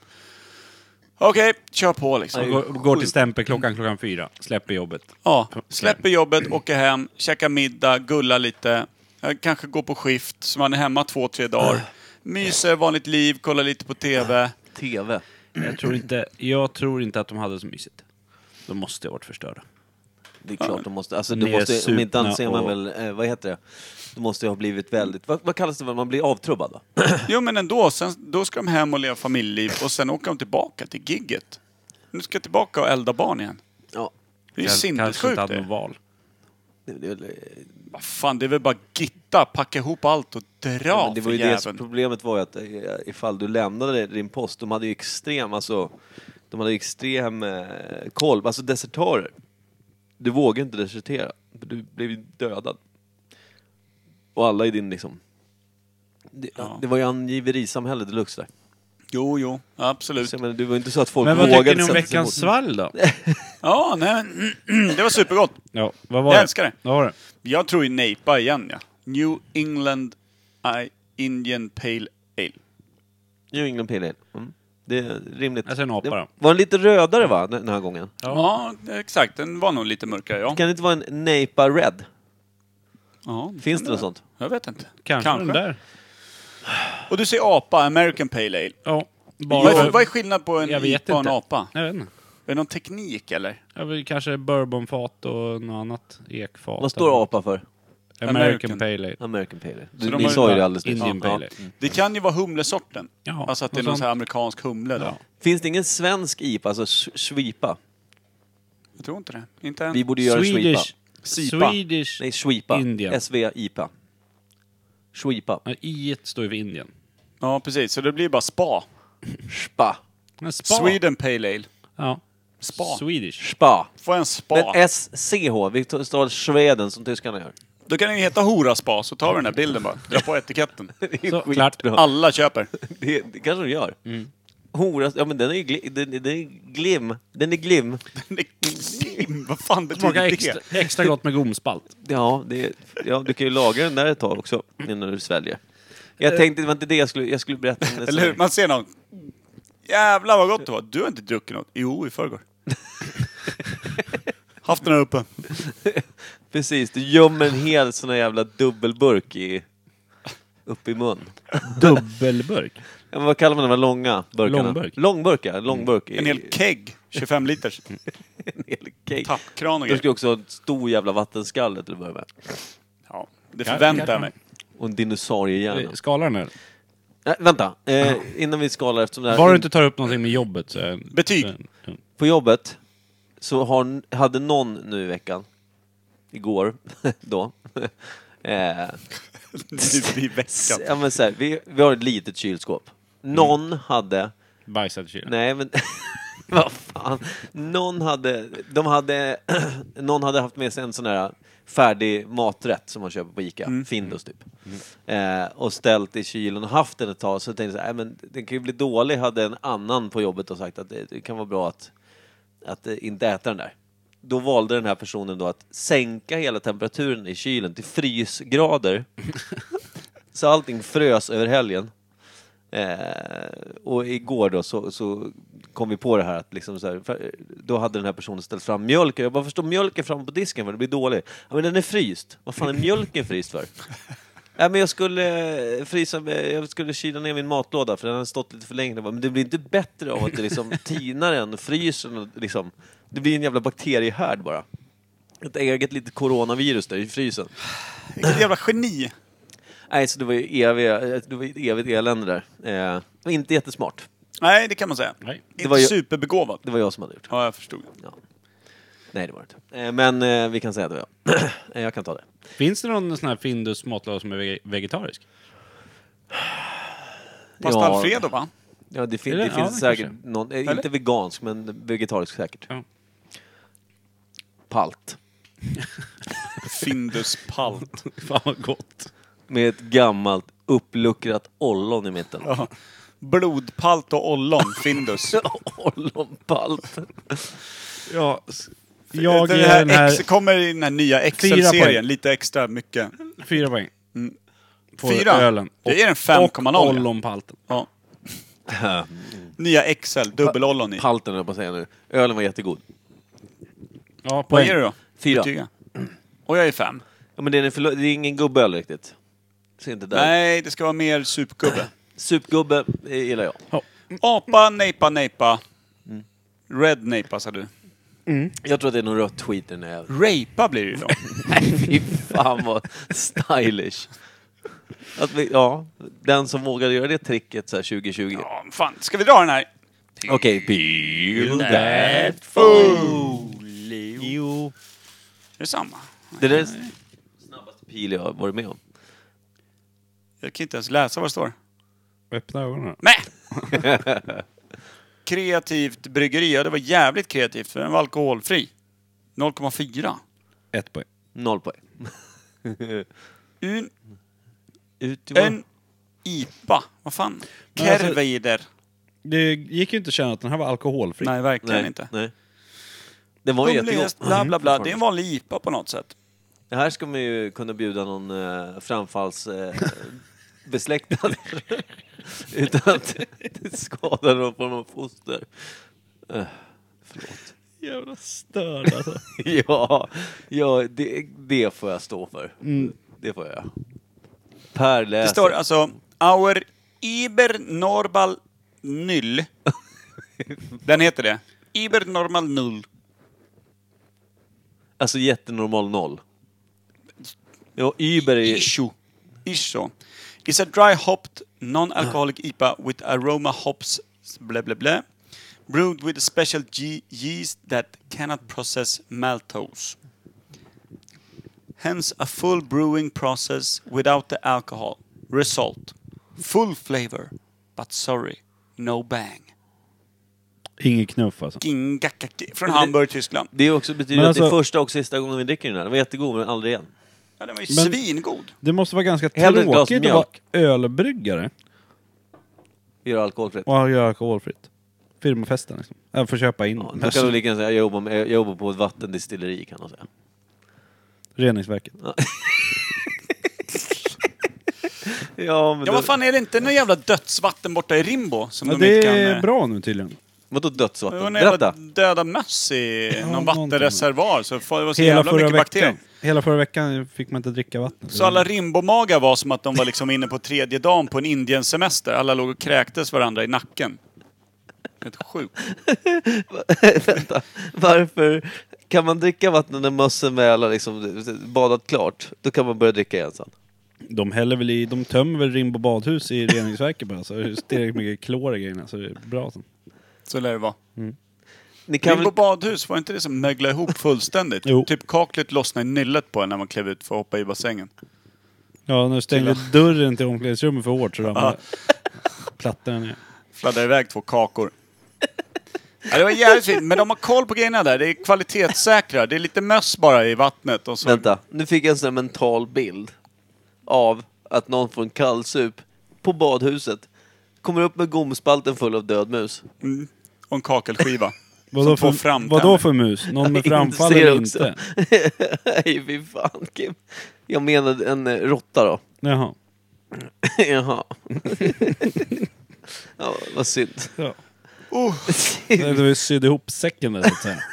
Speaker 3: Okej, kör på liksom.
Speaker 1: Går, går till stämpelklockan klockan fyra, släpper jobbet.
Speaker 3: Ja, släpper jobbet, åker hem, käkar middag, gullar lite. eh, Kanske går på skift, så man är hemma två, tre dagar. Myser, vanligt liv, kollar lite på TV.
Speaker 2: TV.
Speaker 1: Jag tror inte, jag tror inte att de hade så mysigt. De måste ha varit förstörda.
Speaker 2: Det är klart, de måste... Alltså,
Speaker 1: Ni
Speaker 2: du
Speaker 1: är
Speaker 2: måste om inte annat ser man
Speaker 1: supna
Speaker 2: väl... Eh, vad heter det? Du måste ju ha blivit väldigt... Vad, vad kallas det? Vad Man blir avtrubbad, va?
Speaker 3: Jo, men ändå. Sen, då ska de hem och leva familjeliv och sen åker de tillbaka till gigget. Nu ska jag tillbaka och elda barn igen.
Speaker 2: Ja.
Speaker 3: Det är ju
Speaker 1: Kans- Kanske inte
Speaker 3: sinnessjukt
Speaker 1: hade något
Speaker 3: det.
Speaker 1: val.
Speaker 2: Det, det, det,
Speaker 3: Vad Fan, det är väl bara gitta, packa ihop allt och dra
Speaker 2: men det
Speaker 3: för
Speaker 2: var ju det som
Speaker 3: jäveln.
Speaker 2: problemet var ju att eh, ifall du lämnade din post, de hade ju extrem, alltså... De hade ju extrem eh, koll, alltså desertörer. Du vågade inte desertera, för du blev ju dödad. Och alla i din liksom... Det,
Speaker 3: Ja.
Speaker 2: det var ju angiverisamhälle deluxe där.
Speaker 3: Jo, jo, absolut.
Speaker 2: Så jag menar, det var ju inte så att folk
Speaker 1: Men vad
Speaker 2: vågade
Speaker 1: tycker ni om
Speaker 2: sätta sig
Speaker 1: veckans
Speaker 2: emot.
Speaker 1: svall då?
Speaker 3: Ja, nej, men- det var supergott.
Speaker 1: Ja, vad var
Speaker 3: Jag
Speaker 1: det?
Speaker 3: älskar det.
Speaker 1: Vad var det?
Speaker 3: Jag tror ju Napa igen, ja. New England I Indian Pale Ale.
Speaker 2: New England Pale Ale. Mm. Det är rimligt.
Speaker 1: Jag säger en apa då.
Speaker 2: det var den lite rödare va, den här gången?
Speaker 3: Ja, exakt. Den var nog lite mörkare, ja.
Speaker 2: Kan det inte vara en Napa Red?
Speaker 3: ja
Speaker 2: Finns det något sånt?
Speaker 3: Jag vet inte.
Speaker 1: Kanske, den där.
Speaker 3: Och du säger apa, American Pale Ale.
Speaker 1: Ja.
Speaker 3: Vad är, vad är skillnaden på en
Speaker 1: Jag
Speaker 3: IPA
Speaker 1: vet
Speaker 3: och en
Speaker 1: inte.
Speaker 3: apa?
Speaker 1: Jag vet inte.
Speaker 3: Är det någon teknik, eller?
Speaker 1: Jag vill kanske bourbonfat och något annat. Ekfat.
Speaker 2: Vad står apa för?
Speaker 1: American,
Speaker 3: American.
Speaker 1: Pale Ale.
Speaker 2: American Pale Ale.
Speaker 3: de
Speaker 2: Du,
Speaker 3: har
Speaker 2: ni
Speaker 3: ju
Speaker 2: sa ju
Speaker 3: bara
Speaker 2: det alldeles nyss.
Speaker 1: Indian
Speaker 2: Ja.
Speaker 1: Pale Ale.
Speaker 2: Mm.
Speaker 3: Det kan ju vara humlesorten.
Speaker 1: Ja,
Speaker 3: alltså att det är
Speaker 1: något
Speaker 3: någon
Speaker 1: sånt.
Speaker 3: sån här amerikansk humle då.
Speaker 1: Ja.
Speaker 2: Finns det ingen svensk IPA, alltså sh- swipa?
Speaker 3: Jag tror inte det. Inte än.
Speaker 2: Vi borde göra swipa.
Speaker 1: Swedish.
Speaker 3: Sipa.
Speaker 1: Swedish.
Speaker 2: Nej, swipa.
Speaker 1: Indian.
Speaker 2: SV-IPA. Swipa.
Speaker 1: Ja, I står ju för Indien.
Speaker 3: Ja, precis. Så det blir bara spa.
Speaker 2: Spa.
Speaker 1: Men spa.
Speaker 3: Sweden Pale Ale.
Speaker 1: Ja.
Speaker 3: Spa.
Speaker 1: Swedish.
Speaker 2: Spa.
Speaker 3: Får en spa.
Speaker 2: Men SCH, vi tar- stavar Sweden som tyskarna gör.
Speaker 3: Då kan den ju heta Hora Spa, så tar vi den här bilden bara. Dra på etiketten.
Speaker 2: Det är
Speaker 1: Så,
Speaker 2: skitbra.
Speaker 1: klart.
Speaker 3: Alla köper.
Speaker 2: Det, det kanske de gör. Hora, ja men den är ju glim, den, den är glim. Den är glim.
Speaker 3: Det är klim. Vad fan betyder
Speaker 7: Smaka
Speaker 3: det?
Speaker 7: extra, extra gott med gomspalt.
Speaker 2: Ja, det, ja, du kan ju lagra den där ett tag också innan du sväljer. Jag tänkte, det var inte det jag skulle, jag skulle berätta om. det
Speaker 3: Eller hur?
Speaker 2: sen.
Speaker 3: Man ser någon. Jävlar vad gott det var. Du har inte druckit något? Jo, i förrgår. Haft den här uppe.
Speaker 2: Precis, du gömmer en hel sån här jävla dubbelburk i, upp i mun.
Speaker 7: Dubbelburk.
Speaker 2: Ja, men vad kallar man de här långa burkarna?
Speaker 7: Långburk.
Speaker 2: Långburk, ja. Långburk. i-
Speaker 3: En hel keg. 25 liters.
Speaker 2: en hel keg.
Speaker 3: Tappkran och
Speaker 2: Du ska
Speaker 3: grejer.
Speaker 2: också ha ett stor jävla vattenskalle till att börja med.
Speaker 3: Ja, det förväntar jag mig.
Speaker 2: Och en
Speaker 1: Eh,
Speaker 2: dinosauriehjärna.
Speaker 7: Skala den här.
Speaker 2: Nej, vänta. Eh, innan vi skalar, eftersom det här...
Speaker 7: Bara du inte tar upp någonting med jobbet så... är-
Speaker 3: Betyg.
Speaker 7: så-
Speaker 2: På jobbet så har, hade någon nu i veckan, igår, då. eh,
Speaker 3: Det blir
Speaker 2: s-
Speaker 3: veckan.
Speaker 2: ja, men så här, vi, vi har ett litet kylskåp. Någon hade
Speaker 7: Bajsat i kylen.
Speaker 2: Nej men, vad fan. Någon hade, de hade, någon hade haft med sig en sån här färdig maträtt som man köper på Ica, Findus typ. Eh, och ställt i kylen och haft den ett tag så tänkte jag så här, "Nej, men den kan ju bli dålig, hade en annan på jobbet och sagt att det, det kan vara bra att, att eh, inte äta den där. Då valde den här personen då att sänka hela temperaturen i kylen till frysgrader. så allting frös över helgen. Eh, och igår då så, så kom vi på det här att liksom så här, för, då hade den här personen ställt fram mjölk och jag bara förstår mjölken fram på disken för det blir dålig. Ja men den är fryst. Vad fan är mjölken fryst för? Nej men jag skulle eh, frysa, med- jag skulle kyla ner min matlåda för den har stått lite för länge. Jag bara, Men det blir inte bättre av att du liksom tinar den, fryser den och liksom. Det blir en jävla bakteriehärd bara. Ett eget litet coronavirus där i frysen.
Speaker 3: Vilket jävla geni.
Speaker 2: Nej så det var ju eviga, det var ju ett evigt elände där. Eh, och inte jättesmart.
Speaker 3: Nej, det kan man säga.
Speaker 7: Nej.
Speaker 3: Inte
Speaker 2: var ju-
Speaker 3: superbegåvad.
Speaker 2: Det var jag som hade gjort.
Speaker 3: Ja, jag förstod.
Speaker 2: Ja. Nej, det var det inte. Eh, Men eh, vi kan säga att det var jag. Eh, jag kan ta det.
Speaker 7: Finns det någon sån här Findus matlåda som är ve- vegetarisk?
Speaker 3: Pasta
Speaker 2: Ja.
Speaker 3: Alfredo, va?
Speaker 2: Ja, det, fin-
Speaker 7: Eller?
Speaker 2: det
Speaker 7: Ja,
Speaker 2: finns
Speaker 7: kanske.
Speaker 2: säkert någon, eh,
Speaker 3: Eller?
Speaker 2: inte vegansk, men vegetarisk säkert.
Speaker 7: Ja.
Speaker 2: Palt.
Speaker 3: Findus palt.
Speaker 7: Fan vad gott.
Speaker 2: Med ett gammalt uppluckrat ollon i mitten.
Speaker 3: Ja. Blodpalt och ollon, Findus.
Speaker 2: Ollonpalt.
Speaker 1: Ja, s- jag
Speaker 3: den
Speaker 1: ger
Speaker 3: här
Speaker 1: den här
Speaker 3: Ex, kommer i den här nya
Speaker 1: Fyra poäng.
Speaker 3: Excel-serien, lite extra mycket.
Speaker 7: fyra poäng. På
Speaker 3: Fyra?
Speaker 7: ölen.
Speaker 3: Jag ger den 5,0,
Speaker 7: Och
Speaker 3: ja.
Speaker 7: ollonpalten.
Speaker 3: Ja. Nya Excel, dubbelollon i.
Speaker 2: Palten höll jag på att säga nu. Ölen var jättegod.
Speaker 7: Ja,
Speaker 3: Vad
Speaker 7: poäng.
Speaker 3: ger du då?
Speaker 2: Fyra.
Speaker 3: Betyga. Och jag är fem.
Speaker 2: Ja, men det är, en förlo- det är ingen gubböl riktigt. Så inte där.
Speaker 3: Nej, det ska vara mer supgubbe.
Speaker 2: Supgubbe eh, gillar jag.
Speaker 3: Apa, nejpa, nejpa. Red nejpa, sa du.
Speaker 2: Jag tror att det är någon rött skit i den här.
Speaker 3: Rapa blir det ju då.
Speaker 2: Fy fan vad stylish. Att vi, ja, den som vågade göra det tricket så här 2020.
Speaker 3: Ja, fan. Ska vi dra den här?
Speaker 2: Okej, peel that.
Speaker 3: Jo. Är det samma?
Speaker 2: Det där är s- snabbaste peel jag har varit med om.
Speaker 3: Jag kan inte ens läsa vad det står.
Speaker 7: Öppna ögonen.
Speaker 3: Nej! kreativt bryggeri, ja det var jävligt kreativt för den var alkoholfri. 0,4.
Speaker 7: Ett poäng.
Speaker 2: Noll poäng.
Speaker 3: Un,
Speaker 2: Ut i
Speaker 3: en IPA. Vad fan?
Speaker 1: Men alltså-
Speaker 3: Kerveider.
Speaker 1: Det gick ju inte att känna att den här var alkoholfri.
Speaker 3: Nej, verkligen
Speaker 2: nej,
Speaker 3: inte.
Speaker 2: nej. Den var Mm. ju jättegod.
Speaker 3: Humlegäst, bla bla bla. Det är en vanlig IPA på något sätt.
Speaker 2: Det här ska man ju kunna bjuda någon eh, framfallsbesläktad. utan att det skadar någon form av foster. Eh, förlåt.
Speaker 1: Jävla störd alltså.
Speaker 2: ja, ja det, det får jag stå för.
Speaker 1: Mm.
Speaker 2: Det får jag. Per läser.
Speaker 3: Det står alltså Our Iber Normal Null. Den heter det. Iber Normal Null.
Speaker 2: Alltså jättenormal noll. Ja, Uber är...
Speaker 3: Issue. Issue. It's a dry hopped non-alcoholic IPA with aroma hops blah blah blah. Brewed with a special ye- yeast that cannot process maltose. Hence a full brewing process without the alcohol. Result. Full flavor. But sorry, no bang.
Speaker 1: Ingen knuff alltså.
Speaker 3: Gingakaki. Från Hamburg, Tyskland.
Speaker 2: Det är också betyder
Speaker 1: Men
Speaker 2: att det
Speaker 1: alltså-
Speaker 2: är första och sista gången vi dricker den här. Den var jättegod, men aldrig igen.
Speaker 3: Ja, den var ju
Speaker 1: Men-
Speaker 3: svingod.
Speaker 1: Det måste vara ganska
Speaker 2: Hellre ett glas
Speaker 1: tråkigt att vara
Speaker 2: mjölk.
Speaker 1: ölbryggare
Speaker 2: Vi gör alkoholfritt.
Speaker 1: och göra alkoholfritt. Firmafesten liksom. Jag får köpa in
Speaker 2: Ja,
Speaker 1: den
Speaker 2: då kan
Speaker 1: här.
Speaker 2: du lika gärna säga, jag jobbar, med, jag jobbar på ett vattendistilleri kan man säga.
Speaker 1: Reningsverket.
Speaker 2: Ja, men
Speaker 3: Ja,
Speaker 2: då,
Speaker 3: vad fan är det inte någon jävla dödsvatten borta i Rimbo? Som
Speaker 1: Ja,
Speaker 3: de inte
Speaker 1: det
Speaker 3: kan...
Speaker 1: är
Speaker 3: eh,
Speaker 1: bra nu tydligen.
Speaker 2: vadå
Speaker 3: Det var
Speaker 2: dödsvatten?
Speaker 3: en jävla
Speaker 2: Berätta!
Speaker 3: döda möss i någon
Speaker 1: någonting.
Speaker 3: vattenreservoar. Så det var så
Speaker 1: Hela
Speaker 3: jävla
Speaker 1: förra,
Speaker 3: mycket
Speaker 1: veckan,
Speaker 3: bakterier.
Speaker 1: hela förra veckan fick man inte dricka vatten.
Speaker 3: Så alla rimbomagar var som att de var liksom inne på tredje dagen på en Indiensemester. Alla låg och kräktes varandra i nacken. Helt sjukt.
Speaker 2: Vänta. Varför kan man dricka vatten när mössen väl har liksom badat klart? Då kan man börja dricka igen sen.
Speaker 1: De häller väl i, de tömmer väl Rimbo badhus i reningsverket bara. Så det är tillräckligt mycket klor i grejerna så det är bra. sen.
Speaker 3: Så lär det vara.
Speaker 2: Ni kan
Speaker 3: Rimbo
Speaker 2: väl...
Speaker 3: badhus, var inte det som möglade ihop fullständigt?
Speaker 1: Jo.
Speaker 3: Typ kaklet lossnade i nyllet på en när man klev ut för att hoppa i bassängen.
Speaker 1: Ja, när du stängde dörren till omklädningsrummet för hårt så ramlade plattan ner.
Speaker 3: Fladdrade iväg två kakor. Ja, det var jävligt fint, men de har koll på grejerna där. Det är kvalitetssäkra. Det är lite möss bara i vattnet. Och så...
Speaker 2: Vänta, nu fick jag en sån här mental bild av att någon får en kallsup på badhuset, kommer upp med gomspalten full av död mus.
Speaker 3: Mm. Och en kakelskiva.
Speaker 1: Vadå
Speaker 3: Som två
Speaker 1: för,
Speaker 3: framtänder.
Speaker 1: vadå för mus? Någon med
Speaker 2: Jag
Speaker 1: framfall
Speaker 2: inser
Speaker 1: eller
Speaker 2: också.
Speaker 1: inte?
Speaker 2: Nej, fy fan Kim. Jag menade en eh, råtta då.
Speaker 1: Jaha.
Speaker 2: Jaha. ja, vad synd.
Speaker 1: Ja. Du sydde ihop säcken där så att säga.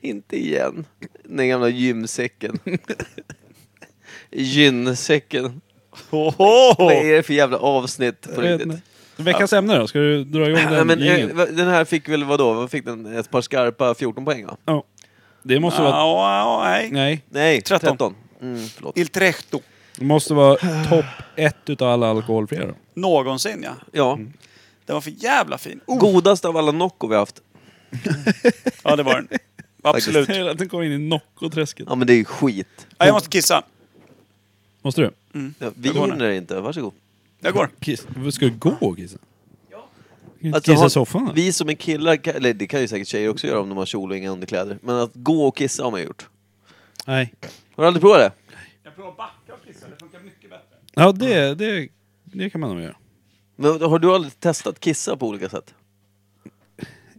Speaker 2: Inte igen. Den gamla gymsäcken. Gynsäcken. Vad är det för jävla avsnitt på
Speaker 1: Jag vet
Speaker 2: riktigt?
Speaker 1: inte. Veckans ämne då? Ska du dra igång
Speaker 2: Nej,
Speaker 1: den
Speaker 2: men, eh,
Speaker 1: jingeln?
Speaker 2: va- den här fick väl vadå? Vad fick den? Ett par skarpa 14 poäng va?
Speaker 1: Ja. Det måste vara...
Speaker 3: Ja, nej.
Speaker 1: Nej.
Speaker 2: Nej,
Speaker 3: 13.
Speaker 2: 13. Mm, förlåt.
Speaker 3: Il tretto.
Speaker 1: Det måste vara topp ett utav alla alkoholfria då.
Speaker 3: Någonsin ja.
Speaker 2: Ja.
Speaker 3: Den var för jävla fin. Oh.
Speaker 2: Godast av alla Nocco vi har haft.
Speaker 3: Ja, det var den. Absolut.
Speaker 1: Hela tiden kom in i Nocco-träsket.
Speaker 2: Ja men det är ju skit.
Speaker 3: Ja, jag måste kissa.
Speaker 1: Måste du?
Speaker 2: Ja, vi
Speaker 3: Jag går nu.
Speaker 2: hinner inte, varsågod.
Speaker 3: Jag går.
Speaker 1: Kiss. Ska du gå och kissa? Ja.
Speaker 2: Att
Speaker 1: Kissa
Speaker 2: ha-
Speaker 1: i soffan? då?
Speaker 2: Alltså, Vi som är killar, kan- eller det kan ju säkert tjejer också göra om de har kjol och inga underkläder. Men att gå och kissa har man gjort.
Speaker 1: Nej.
Speaker 2: Har du aldrig provat det?
Speaker 3: Jag provar backa och kissa. Det funkar mycket bättre.
Speaker 1: Ja, det, det, det kan man nog göra.
Speaker 2: Men har du aldrig testat kissa på olika sätt?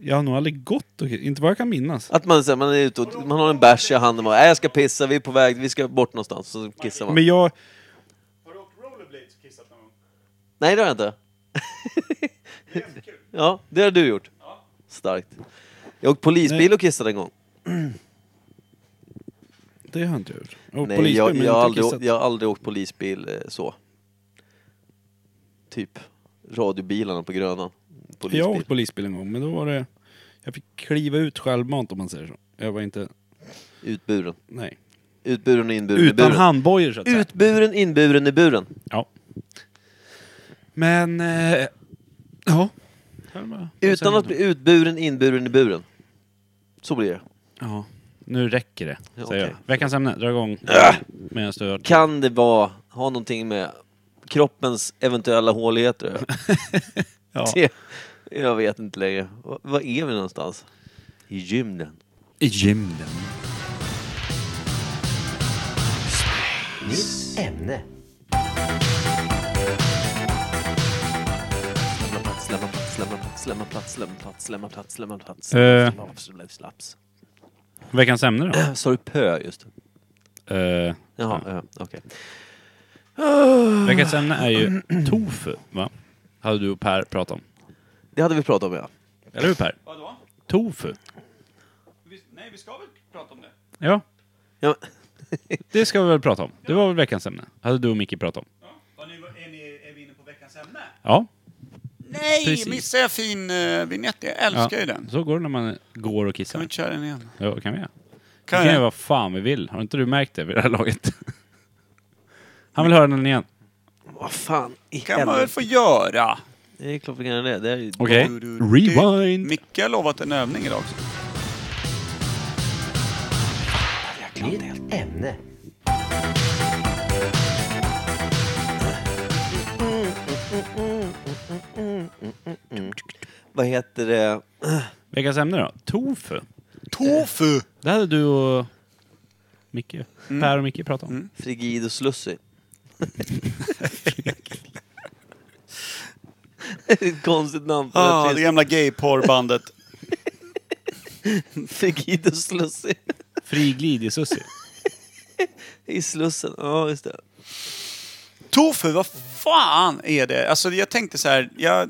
Speaker 1: Jag har nog aldrig gått och kissat. Inte vad jag kan minnas.
Speaker 2: Att man, så här, man är ute och man har en bärs i handen och bara, "Äh, jag ska pissa, vi är på väg, vi ska bort någonstans. Så kissar man.
Speaker 1: Men jag...
Speaker 3: Har du åkt rollerblades och kissat någon gång?
Speaker 2: Nej det har jag inte. ja, det har du gjort. Starkt. Jag åkte polisbil
Speaker 1: Nej.
Speaker 2: och kissade en gång.
Speaker 1: Det har jag inte gjort. Och
Speaker 2: Nej,
Speaker 1: polisbil,
Speaker 2: jag,
Speaker 1: men
Speaker 2: jag, har
Speaker 1: inte
Speaker 2: aldrig, å-
Speaker 1: kissat.
Speaker 2: jag har aldrig åkt polisbil eh, så. Typ radiobilarna på Grönan.
Speaker 1: Jag har
Speaker 2: Polisbil.
Speaker 1: åkt polisbil en gång, men då var det... Jag fick kliva ut självmant om man säger så. Jag var inte...
Speaker 2: Utburen.
Speaker 1: Nej.
Speaker 2: Utburen och inburen i
Speaker 1: Utan
Speaker 2: buren.
Speaker 1: handbojor så att säga.
Speaker 2: Utburen, inburen i buren.
Speaker 1: Ja. Men... Eh, ja. Här bara-
Speaker 2: Utan att bli utburen, inburen i buren. Så blir det.
Speaker 1: Ja. Nu räcker det, säger
Speaker 2: Ja, okej.
Speaker 1: jag. Veckans ämne, dra igång. Medan du har...
Speaker 2: Kan det vara, ha någonting med kroppens eventuella håligheter att göra?
Speaker 1: Ja.
Speaker 2: Det- Jag vet inte längre. Va- Vad är vi någonstans? I gymden.
Speaker 1: I gymden.
Speaker 2: Ämne. Lämna plats, lämna plats, lämna plats, lämna plats, lämna plats, lämna plats, lämna plats.
Speaker 1: Eh.
Speaker 2: Lämna plats, lämna plats.
Speaker 1: Veckans ämne då?
Speaker 2: Sa du pö just?
Speaker 1: Eh,
Speaker 2: Jaha, ja, okej.
Speaker 7: Veckans ämne är ju tofu, va? Hade du och Per pratat om.
Speaker 2: Det hade vi pratat om ja.
Speaker 7: Eller hur Per?
Speaker 3: Vadå?
Speaker 7: Tofu.
Speaker 3: Vi, nej, vi ska väl prata om det?
Speaker 7: Ja,
Speaker 2: ja.
Speaker 7: det ska vi väl prata om. Det var väl veckans ämne. Hade du och Micke pratat om.
Speaker 3: Ja. Nu är, ni, är vi inne på veckans ämne?
Speaker 7: Ja,
Speaker 3: Nej!
Speaker 7: Precis.
Speaker 3: Missar jag fin uh, vignett? Jag älskar ju den.
Speaker 7: så går det när man går och kissar.
Speaker 3: Kan vi inte köra den igen?
Speaker 7: Ja, det kan vi göra.
Speaker 3: Kan
Speaker 7: Vi kan göra
Speaker 3: jag?
Speaker 7: vad fan vi vill. Har inte du märkt det vid det här laget? Han vill höra den igen.
Speaker 2: Vad fan i
Speaker 3: kan man väl
Speaker 2: helvete.
Speaker 3: få göra?
Speaker 2: Det är klart vi kan göra det. Det är ju...
Speaker 7: Okej.
Speaker 3: Du, du, du.
Speaker 7: Rewind!
Speaker 3: Micke har lovat en övning idag också.
Speaker 2: Vad heter det?
Speaker 7: Veckans ämne då? Tofu.
Speaker 3: Tofu!
Speaker 7: Det hade du och Micke, Per och Micke pratat om.
Speaker 2: Mm. Frigid och slussig. Ett konstigt namn på
Speaker 3: Ah,
Speaker 2: ett
Speaker 3: det gamla gayporrbandet.
Speaker 2: Frigid och Slussig.
Speaker 1: Friglid i Sussi.
Speaker 2: I Slussen, ja just det.
Speaker 3: Tofu, vad fan är det? Alltså jag tänkte så här, jag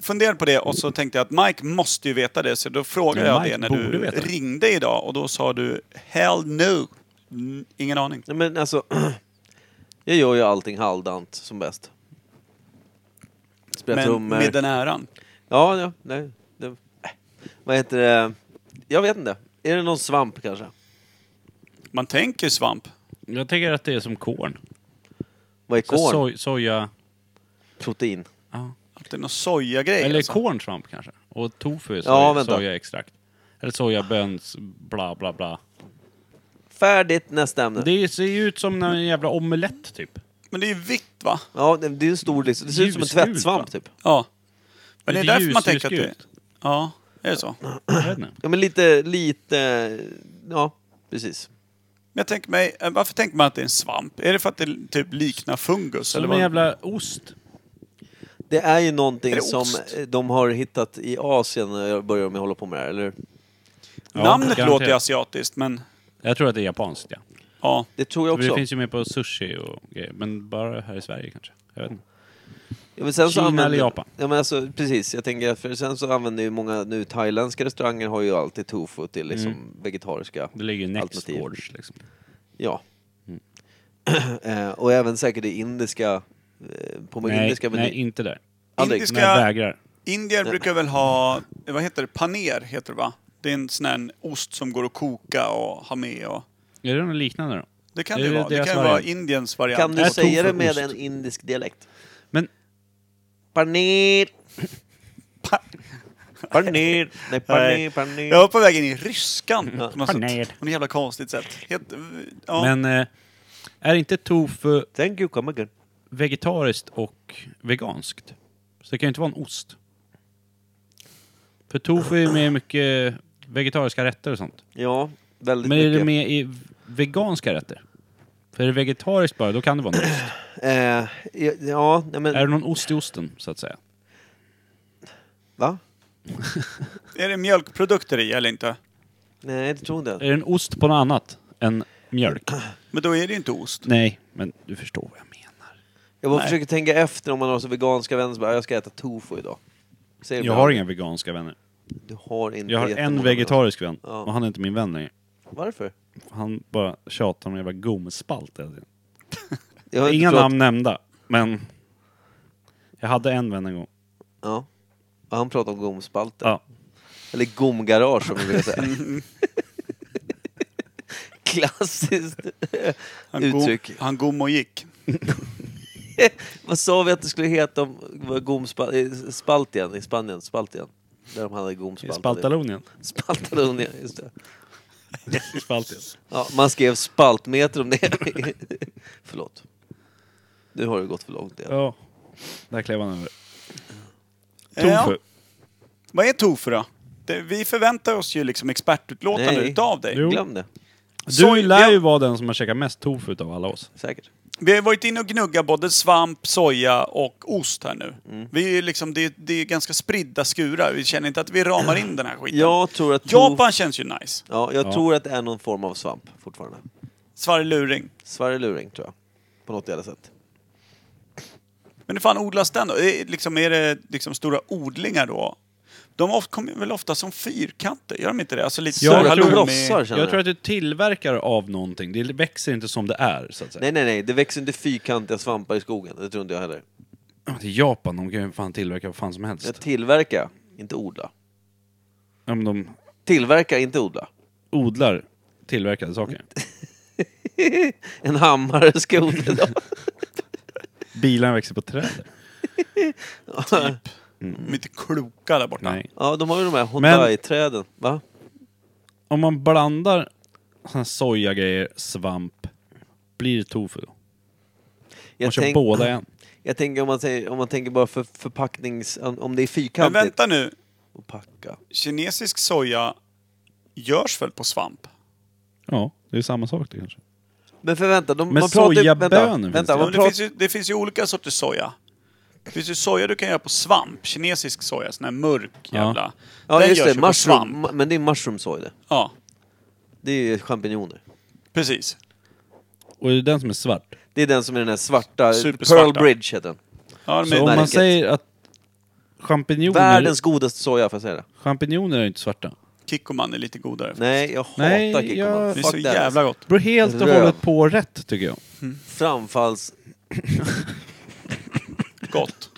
Speaker 3: funderade på det och så tänkte jag att Mike måste ju veta det så då frågade
Speaker 1: Ja,
Speaker 3: jag
Speaker 1: Mike
Speaker 3: det när
Speaker 1: borde
Speaker 3: du
Speaker 1: veta.
Speaker 3: ringde idag och då sa du Hell no! Mm, Ingen aning.
Speaker 2: Nej, men alltså, jag gör ju allting halvdant som bäst. Spelar
Speaker 3: Men
Speaker 2: trummor.
Speaker 3: med den äran.
Speaker 2: Ja, ja, nej. Det... äh. Vad heter det? Jag vet inte. Är det någon svamp kanske?
Speaker 3: Man tänker svamp.
Speaker 1: Jag tänker att det är som korn.
Speaker 2: Vad är
Speaker 1: Så
Speaker 2: korn?
Speaker 1: Soj, soja...
Speaker 2: Protein.
Speaker 3: Att det är någon sojagrej.
Speaker 1: Eller
Speaker 3: alltså.
Speaker 1: kornsvamp kanske? Och tofu är soja,
Speaker 2: Ja, vänta.
Speaker 1: sojaextrakt. Eller sojaböns... Bla, bla, bla.
Speaker 2: Färdigt, nästa ämne.
Speaker 1: Det ser ju ut som en jävla omelett typ.
Speaker 3: Men det är ju vitt va?
Speaker 2: Ja, det, det är en stor liksom. Det ser ut som en
Speaker 1: Ljusgult,
Speaker 2: tvättsvamp
Speaker 1: va?
Speaker 2: typ.
Speaker 3: Ja. Men det är
Speaker 1: Lite
Speaker 3: därför man tänker att det...
Speaker 1: ljusljusgult.
Speaker 3: Ja, är det så? Men
Speaker 1: Jag vet inte.
Speaker 2: Ja, men lite, lite... Ja, precis.
Speaker 3: jag tänker mig, eh, varför tänker man att det är en svamp? Är det för att det typ liknar fungus? eller
Speaker 1: Som
Speaker 3: vad?
Speaker 1: en jävla ost.
Speaker 2: Det är ju någonting
Speaker 3: Är det
Speaker 2: som eh,
Speaker 3: ost?
Speaker 2: de har hittat i Asien när jag började med att hålla på med det här, eller?
Speaker 1: Ja,
Speaker 3: Namnet låter ju
Speaker 1: garanterat.
Speaker 3: asiatiskt men...
Speaker 1: Jag tror att det är japanskt ja.
Speaker 3: Ja.
Speaker 2: Det tror jag
Speaker 1: För Det
Speaker 2: också.
Speaker 1: finns ju med på sushi och grejer. Men bara här i Sverige kanske. Jag vet inte.
Speaker 2: Ja, men sen så
Speaker 1: Kina
Speaker 2: använder,
Speaker 1: eller Japan?
Speaker 2: Ja, men alltså, precis. Jag tänker, för sen så använder ju många nu thailändska restauranger har ju alltid tofu till liksom
Speaker 1: Mm.
Speaker 2: vegetariska
Speaker 1: Det ligger ju next
Speaker 2: alternativ.
Speaker 1: gårds liksom.
Speaker 2: Ja. Eh, och även säkert i indiska, eh, på
Speaker 1: Nej,
Speaker 2: indiska
Speaker 1: nej,
Speaker 2: menyn.
Speaker 1: inte där.
Speaker 2: Aldrig.
Speaker 3: Indiska-
Speaker 1: Nej, jag vägrar.
Speaker 3: Indier brukar väl ha, vad heter det, paner heter det va? Det är en sån här ost som går att koka och ha med och...
Speaker 1: Är det något liknande då?
Speaker 3: Det kan
Speaker 1: Är
Speaker 3: det,
Speaker 1: det
Speaker 3: vara. Det
Speaker 1: deras
Speaker 3: kan ju vara
Speaker 1: variant?
Speaker 3: Indiens variant.
Speaker 2: Kan du
Speaker 1: Nej,
Speaker 2: säga det
Speaker 1: tofu,
Speaker 2: med
Speaker 1: ost.
Speaker 2: en indisk dialekt?
Speaker 1: Men
Speaker 2: Paneer!
Speaker 3: Pa-
Speaker 2: Paneer! Nej, paneer,
Speaker 3: Nej.
Speaker 2: paneer.
Speaker 3: Jag var på väg in i ryskan
Speaker 2: Mm.
Speaker 3: på något
Speaker 1: Paner.
Speaker 3: sätt. På något jävla konstigt sätt. Helt, ja.
Speaker 1: Men eh, är inte tofu
Speaker 2: Thank you, come again.
Speaker 1: vegetariskt och veganskt? Så det kan ju inte vara en ost. För tofu är ju med i mycket vegetariska rätter och sånt.
Speaker 2: Ja, väldigt
Speaker 1: Men är det
Speaker 2: mycket.
Speaker 1: med i veganska rätter? För är det vegetariskt bara, då kan det vara en ost.
Speaker 2: Eh, ja, ja, nej men...
Speaker 1: Är det någon ost i osten, så att säga?
Speaker 2: Va?
Speaker 3: Är det mjölkprodukter i eller inte?
Speaker 2: Nej, det tror inte
Speaker 1: Är
Speaker 2: jag.
Speaker 1: det en ost på något annat än mjölk?
Speaker 3: Men då är det ju inte ost.
Speaker 1: Nej, men du förstår vad jag menar.
Speaker 2: Jag bara
Speaker 3: Nej.
Speaker 2: försöker tänka efter om man har så veganska vänner som bara, jag ska äta tofu idag. Säger du
Speaker 1: Jag
Speaker 2: bara,
Speaker 1: har inga veganska vänner.
Speaker 2: Du har inte
Speaker 1: Jag har en
Speaker 2: jättemånga
Speaker 1: vegetarisk vän,
Speaker 2: Ja.
Speaker 1: och han är inte min vän längre.
Speaker 2: vänner. Varför?
Speaker 1: Han bara tjatar om en jävla gomspalt hela tiden.
Speaker 2: Jag har inte
Speaker 1: Inga
Speaker 2: pratat-
Speaker 1: namn nämnda, men... Jag hade en vän en gång.
Speaker 2: Ja. Och han pratar om gomspalter.
Speaker 1: Ja.
Speaker 2: Eller gomgarage som vi brukar säga. Klassiskt
Speaker 3: Han
Speaker 2: uttryck.
Speaker 3: Go, han gom och gick.
Speaker 2: Vad sa vi att det skulle heta om var gomspalt eh, spalt igen, i Spanien? Spalt igen. Där de hade
Speaker 1: I
Speaker 2: gomspalt.
Speaker 1: Spaltalonien.
Speaker 2: Spaltalonien, just det.
Speaker 1: Spaltien.
Speaker 2: Ja, man skrev spaltmeter om det. Förlåt. Nu har det gått för långt. Ja.
Speaker 1: Ja. Där klev han över.
Speaker 3: Eh, Ja.
Speaker 1: Tofu.
Speaker 3: Vad är tofu då? Det, vi förväntar oss ju liksom expertutlåtande
Speaker 2: Nej.
Speaker 3: utav dig.
Speaker 1: Jo.
Speaker 2: Glöm det.
Speaker 1: Du
Speaker 3: Soj-
Speaker 1: lär ju
Speaker 3: ja.
Speaker 1: vara den som har käkat mest tofu av alla oss.
Speaker 2: Säkert.
Speaker 3: Vi har ju varit inne och gnuggat både svamp, soja och ost här nu. Vi är ju liksom, det, är- det är ganska spridda skurar. Vi känner inte att vi ramar in den här skiten.
Speaker 2: Jag tror att...
Speaker 3: Japan känns ju nice.
Speaker 2: Ja, jag
Speaker 1: Ja.
Speaker 2: tror att det är någon form av svamp fortfarande.
Speaker 3: Svarreluring.
Speaker 2: Sverigeluring tror jag. På något jävla sätt.
Speaker 3: Men hur fan odlas den då? Är, liksom, är det liksom stora odlingar då? De oft, kommer väl ofta som fyrkanter? Gör de inte det? Alltså lite
Speaker 1: Ja,
Speaker 3: så här
Speaker 1: jag tror-
Speaker 2: Klossar känner
Speaker 1: Jag tror att du tillverkar av någonting. Det växer inte som det är, så att säga.
Speaker 2: Nej, nej, nej. Det växer inte fyrkantiga svampar i skogen. Det tror inte jag heller.
Speaker 1: Det är Japan, de kan ju fan tillverka vad fan som
Speaker 2: Jag
Speaker 1: helst.
Speaker 2: tillverka, inte odla.
Speaker 1: Ja, men de
Speaker 2: Tillverka, inte odla.
Speaker 1: odlar tillverkade saker.
Speaker 2: en hammare ska odla.
Speaker 1: Bilarna växer på träd.
Speaker 3: De är inte kloka där borta.
Speaker 1: Nej.
Speaker 2: ja, de har ju de här Hyundai-träden. Va?
Speaker 1: Om man blandar såna här sojagrejer, svamp, blir det tofu. Man
Speaker 2: Jag,
Speaker 1: kör
Speaker 2: tänk,
Speaker 1: båda igen.
Speaker 2: jag tänker om man, säger, om man tänker bara för förpacknings... Om om det är
Speaker 3: Men
Speaker 2: fyrkantigt.
Speaker 3: vänta nu.
Speaker 2: Och packa.
Speaker 3: Kinesisk soja görs väl på svamp?
Speaker 1: Ja, det är samma sak det kanske.
Speaker 2: Men för vänta, de,
Speaker 1: Men
Speaker 2: man pratar ju... Vänta,
Speaker 1: sojabönor finns
Speaker 2: vänta
Speaker 1: det.
Speaker 2: man
Speaker 3: Men det,
Speaker 2: pratar,
Speaker 3: finns ju, det finns ju olika sorters soja. Det finns ju soja du kan göra på svamp. Kinesisk soja, sån här mörk
Speaker 7: Ja.
Speaker 3: jävla.
Speaker 2: Ja,
Speaker 3: Den
Speaker 2: just
Speaker 3: görs
Speaker 2: det.
Speaker 3: ju på
Speaker 2: Mushroom.
Speaker 3: svamp.
Speaker 2: Ma- Men det är mushroom soy det.
Speaker 3: Ja,
Speaker 2: Det är champinjoner.
Speaker 3: precis.
Speaker 1: Och det är den som är svart.
Speaker 2: Det är den som är den här svarta... Pearl
Speaker 3: Supersvarta.
Speaker 2: Bridge heter den.
Speaker 3: Ja,
Speaker 1: Så om
Speaker 3: men,
Speaker 1: man
Speaker 2: märket.
Speaker 1: säger att champinjoner,
Speaker 2: Världens godaste soja, får jag säga det?
Speaker 1: champinjoner är inte svarta.
Speaker 3: Kikkoman är lite godare.
Speaker 2: Nej, jag
Speaker 1: Nej,
Speaker 2: hatar kikkoman.
Speaker 1: jag-
Speaker 3: det är
Speaker 2: Fuck
Speaker 3: så
Speaker 2: that.
Speaker 3: jävla gott.
Speaker 1: Det beror helt och
Speaker 2: Röv.
Speaker 1: hållet på rätt tycker jag.
Speaker 2: Framfalls...
Speaker 3: Gott.